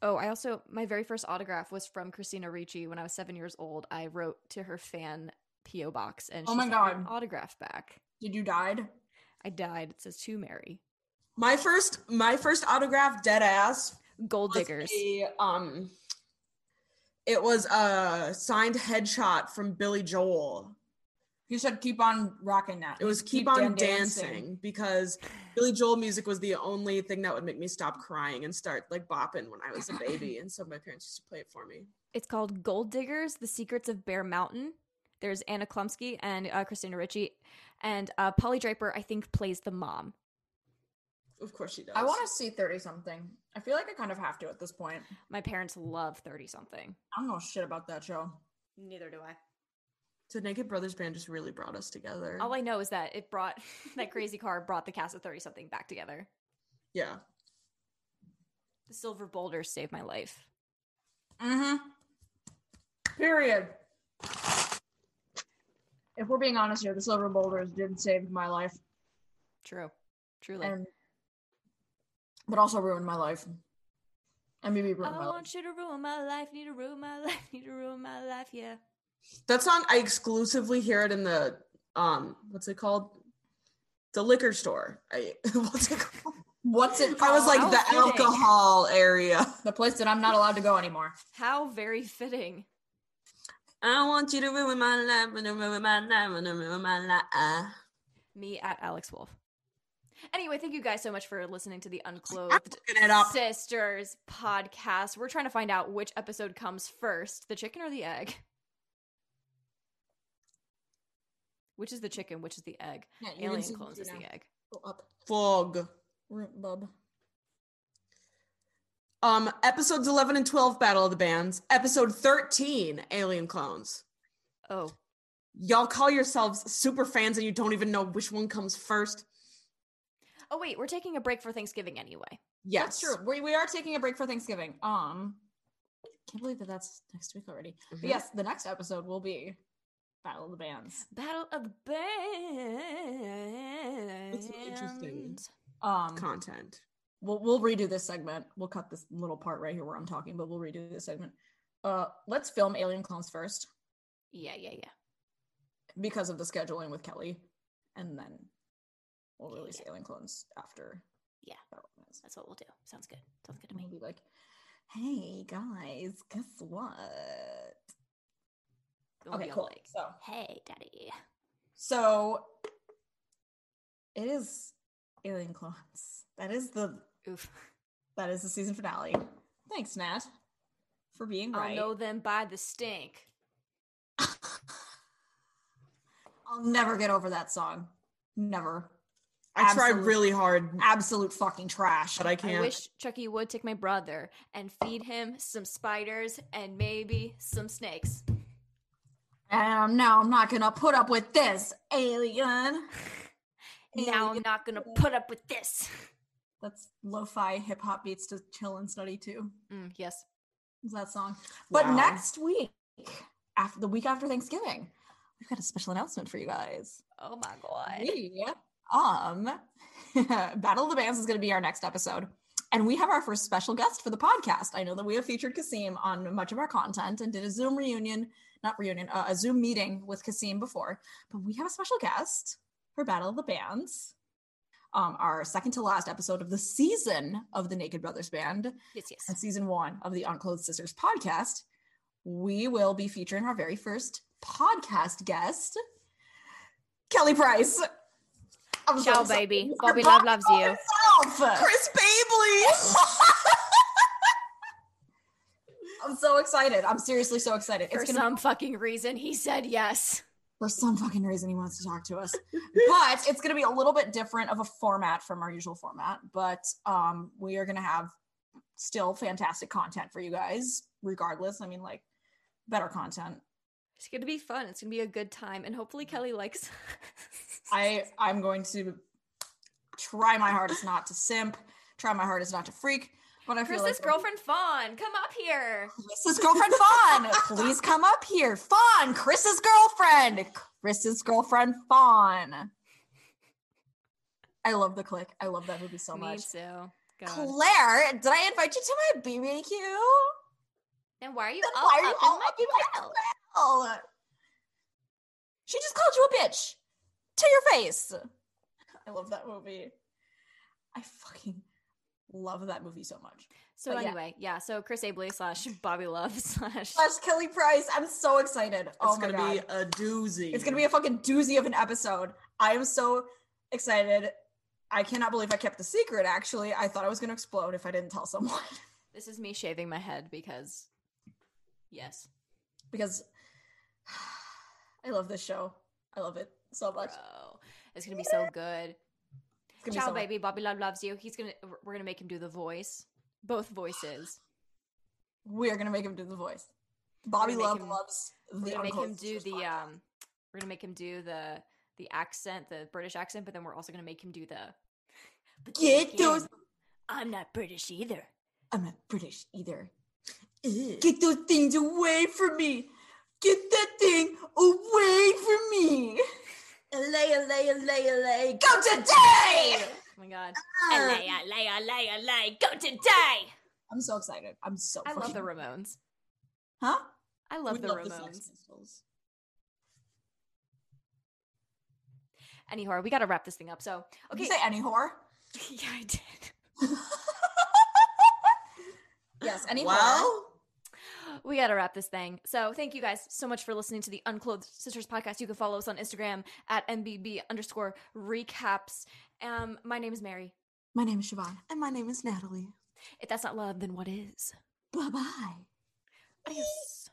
[SPEAKER 2] And... Oh, I also my very first autograph was from Christina Ricci when I was seven years old. I wrote to her fan PO box, and
[SPEAKER 7] Oh
[SPEAKER 2] she
[SPEAKER 7] my
[SPEAKER 2] sent me an
[SPEAKER 7] God.
[SPEAKER 2] autograph back.
[SPEAKER 7] Did you died?
[SPEAKER 2] I died. It says to Mary.
[SPEAKER 4] My first my first autograph dead ass
[SPEAKER 2] Gold
[SPEAKER 4] was
[SPEAKER 2] diggers.
[SPEAKER 4] a, um it was a signed headshot from Billy Joel.
[SPEAKER 7] You said keep on rocking that.
[SPEAKER 4] It was keep,
[SPEAKER 7] Keep
[SPEAKER 4] on
[SPEAKER 7] Dan
[SPEAKER 4] dancing.
[SPEAKER 7] Dancing.
[SPEAKER 4] because Billy Joel music was the only thing that would make me stop crying and start like bopping when I was a baby and so my parents used to play it for me.
[SPEAKER 2] It's called Gold Diggers: The Secrets of Bear Mountain. There's Anna Klumsky and uh, Christina Ricci, and uh, Polly Draper. I think plays the mom.
[SPEAKER 4] Of course she does.
[SPEAKER 7] I want to see 30 something. I feel like I kind of have to at this point.
[SPEAKER 2] My parents love thirty something.
[SPEAKER 7] I don't know shit about that show.
[SPEAKER 2] Neither do I.
[SPEAKER 4] the Naked Brothers band just really brought us together.
[SPEAKER 2] All I know is that it brought that crazy car brought the cast of 30 something back together.
[SPEAKER 4] yeah.
[SPEAKER 2] The silver boulders saved my life.
[SPEAKER 7] Mm-hmm. Period. If we're being honest here, the Silver Boulders did save my life
[SPEAKER 2] True. Truly.
[SPEAKER 7] and but also ruined my life. And maybe
[SPEAKER 2] I
[SPEAKER 7] ruined my life.
[SPEAKER 2] want you to ruin my life, need to ruin my life, need to ruin my life, yeah.
[SPEAKER 4] That song I exclusively hear it in the um what's it called? The liquor store. I what's it called?
[SPEAKER 7] What's it
[SPEAKER 4] I was like
[SPEAKER 2] How
[SPEAKER 4] the
[SPEAKER 2] fitting.
[SPEAKER 4] alcohol area.
[SPEAKER 7] the place that I'm not allowed to go anymore.
[SPEAKER 2] How very fitting.
[SPEAKER 4] I want you to ruin my life and ruin my life and ruin my life.
[SPEAKER 2] Me at Alex Wolf. Anyway, thank you guys so much for listening to the
[SPEAKER 4] I'm
[SPEAKER 2] Unclothed
[SPEAKER 4] looking it up.
[SPEAKER 2] Sisters podcast. We're trying to find out which episode comes first, the chicken or the egg. Which is the chicken? Which is the egg?
[SPEAKER 7] Yeah, you can
[SPEAKER 2] Alien
[SPEAKER 7] see-
[SPEAKER 2] clones
[SPEAKER 7] you
[SPEAKER 2] is
[SPEAKER 7] know.
[SPEAKER 2] the egg.
[SPEAKER 7] Go up.
[SPEAKER 4] Fog.
[SPEAKER 7] Root bub.
[SPEAKER 4] Um, episodes 11 and 12, Battle of the Bands. Episode 13, Alien Clones.
[SPEAKER 2] Oh,
[SPEAKER 4] Y'all call yourselves super fans and you don't even know which one comes first.
[SPEAKER 2] oh wait, we're taking a break for Thanksgiving anyway.
[SPEAKER 4] Yes.
[SPEAKER 7] That's true. We, we are taking a break for Thanksgiving. Um, can't believe that that's next week already.
[SPEAKER 2] Mm-hmm.
[SPEAKER 7] But yes, the next episode will be Battle of the Bands.
[SPEAKER 2] Battle of Bands.
[SPEAKER 4] That's interesting.
[SPEAKER 7] Um,
[SPEAKER 4] Content.
[SPEAKER 7] we'll, we'll redo this segment. We'll cut this little part right here where I'm talking, but we'll redo this segment. Uh, let's film Alien Clones first
[SPEAKER 2] Yeah, yeah, yeah.
[SPEAKER 7] because of the scheduling with Kelly, and then we'll release Alien Clones after.
[SPEAKER 2] Yeah.
[SPEAKER 7] Battle of the Bands.
[SPEAKER 2] That's what we'll do. Sounds good. Sounds good to
[SPEAKER 7] And
[SPEAKER 2] me.
[SPEAKER 7] we'll be like, "Hey guys, guess what?"
[SPEAKER 2] We'll
[SPEAKER 7] Okay,
[SPEAKER 2] be all
[SPEAKER 7] cool.
[SPEAKER 2] like,
[SPEAKER 7] So,
[SPEAKER 2] hey, daddy.
[SPEAKER 7] so it is Alien Clones. That is the
[SPEAKER 2] Oof.
[SPEAKER 7] that is the season finale. Thanks, Nat, for being right.
[SPEAKER 2] I'll know them by the stink.
[SPEAKER 7] I'll never get over that song. Never.
[SPEAKER 4] I try
[SPEAKER 7] Absolute-
[SPEAKER 4] really hard,
[SPEAKER 7] Absolute fucking trash.
[SPEAKER 4] but I can't.
[SPEAKER 2] I wish Chucky would take my brother and feed him some spiders and maybe some snakes.
[SPEAKER 7] Um, no, I'm not gonna put up with this alien.
[SPEAKER 2] Now I'm not gonna put up with this.
[SPEAKER 7] That's lo-fi hip hop beats to chill and study to.
[SPEAKER 2] Mm, yes.
[SPEAKER 7] Is that song? But
[SPEAKER 4] Wow.
[SPEAKER 7] next week, after the week after Thanksgiving, we've got a special announcement for you guys.
[SPEAKER 2] Oh my god.
[SPEAKER 7] We, um, Battle of the Bands is going to be our next episode. And we have our first special guest for the podcast. I know that we have featured Kasim on much of our content and did a Zoom reunion, not reunion, uh, a Zoom meeting with Kasim before. But we have a special guest for Battle of the Bands, um, our second to last episode of the season of the Naked Brothers Band
[SPEAKER 2] Yes,
[SPEAKER 7] and
[SPEAKER 2] yes.
[SPEAKER 7] season one of the Unclothed Sisters podcast, we will be featuring our very first podcast guest, Kelly Price. I'm so
[SPEAKER 2] Ciao,
[SPEAKER 7] excited.
[SPEAKER 2] baby.
[SPEAKER 7] You're
[SPEAKER 2] Bobby
[SPEAKER 7] by
[SPEAKER 2] Love loves you.
[SPEAKER 7] yourself.
[SPEAKER 4] Chris Babley!
[SPEAKER 7] I'm so excited. I'm seriously so excited.
[SPEAKER 2] For
[SPEAKER 7] it's gonna,
[SPEAKER 2] some fucking reason, he said yes.
[SPEAKER 7] for some fucking reason he wants to talk to us. but it's going to be a little bit different of a format from our usual format, but um we are going to have still fantastic content for you guys regardless. I mean like better content.
[SPEAKER 2] It's gonna be fun. It's gonna be a good time, and hopefully Kelly likes.
[SPEAKER 7] I I'm going to try my hardest not to simp, try my hardest not to freak. But I feel
[SPEAKER 2] Chris's
[SPEAKER 7] like
[SPEAKER 2] girlfriend Fawn, come up here.
[SPEAKER 7] Chris's girlfriend Fawn, please come up here. Fawn, Chris's girlfriend, Chris's girlfriend Fawn. I love the click. I love that movie so
[SPEAKER 2] Me
[SPEAKER 7] much.
[SPEAKER 2] too. God.
[SPEAKER 7] Claire, did I invite you to my BBQ?
[SPEAKER 2] Then why are you
[SPEAKER 7] Then
[SPEAKER 2] all
[SPEAKER 7] why are
[SPEAKER 2] up
[SPEAKER 7] you
[SPEAKER 2] in
[SPEAKER 7] all
[SPEAKER 2] my
[SPEAKER 7] up in my
[SPEAKER 2] grill?
[SPEAKER 7] grill? She just called you a bitch to your face. I love that movie. I fucking love that movie so much.
[SPEAKER 2] So
[SPEAKER 7] But yeah.
[SPEAKER 2] anyway, yeah. So Chris Abley slash Bobby Love slash
[SPEAKER 7] Slash Kelly Price. I'm so excited.
[SPEAKER 4] It's
[SPEAKER 7] oh my
[SPEAKER 4] gonna
[SPEAKER 7] god.
[SPEAKER 4] be a doozy.
[SPEAKER 7] It's gonna be a fucking doozy of an episode. I am so excited. I cannot believe I kept the secret. Actually, I thought I was gonna explode if I didn't tell someone
[SPEAKER 2] This is me shaving my head because, yes,
[SPEAKER 7] because I love this show. I love it so
[SPEAKER 2] bro,
[SPEAKER 7] much.
[SPEAKER 2] it's gonna be so good.
[SPEAKER 7] It's gonna be
[SPEAKER 2] Ciao,
[SPEAKER 7] so much.
[SPEAKER 2] baby. Bobby Love loves you. He's gonna. we're- We're gonna make him do the voice, both voices.
[SPEAKER 7] We are gonna make him do the voice. Bobby
[SPEAKER 2] gonna make
[SPEAKER 7] Love
[SPEAKER 2] him-
[SPEAKER 7] loves
[SPEAKER 2] We're
[SPEAKER 7] the.
[SPEAKER 2] gonna make him
[SPEAKER 7] Unclothed
[SPEAKER 2] do
[SPEAKER 7] Sisters
[SPEAKER 2] the.
[SPEAKER 7] podcast.
[SPEAKER 2] um We're gonna make him do the the accent, the British accent, but then we're also gonna make him do the. But then
[SPEAKER 7] Get
[SPEAKER 2] again,
[SPEAKER 7] those. Er,
[SPEAKER 2] I'm not British either.
[SPEAKER 7] I'm not British either.
[SPEAKER 4] Ugh.
[SPEAKER 7] Get those things away from me. Get that thing away from me.
[SPEAKER 3] LA, LA, LA, LA.
[SPEAKER 7] Go today. Uh,
[SPEAKER 2] Oh my god! Lay, lay, lay, lay. Go today.
[SPEAKER 7] I'm so excited. I'm so.
[SPEAKER 2] I love
[SPEAKER 7] fucking-
[SPEAKER 2] the Ramones.
[SPEAKER 7] Huh?
[SPEAKER 2] I love
[SPEAKER 7] We
[SPEAKER 2] the
[SPEAKER 7] Sex
[SPEAKER 2] Ramones.
[SPEAKER 7] Pistols.
[SPEAKER 2] Anyhow, we gotta wrap this thing up. So
[SPEAKER 7] Did you
[SPEAKER 2] okay,
[SPEAKER 7] say any whore?
[SPEAKER 2] yeah, I did.
[SPEAKER 7] Yes, any whore.
[SPEAKER 4] Well,
[SPEAKER 2] we gotta wrap this thing. So thank you guys so much for listening to the Unclothed Sisters podcast. You can follow us on Instagram at MBB underscore recaps. Um, my name is Mary.
[SPEAKER 7] My name is Siobhan.
[SPEAKER 4] And my name is Natalie.
[SPEAKER 2] If that's not love, then what is?
[SPEAKER 7] Bye bye.
[SPEAKER 2] Adios.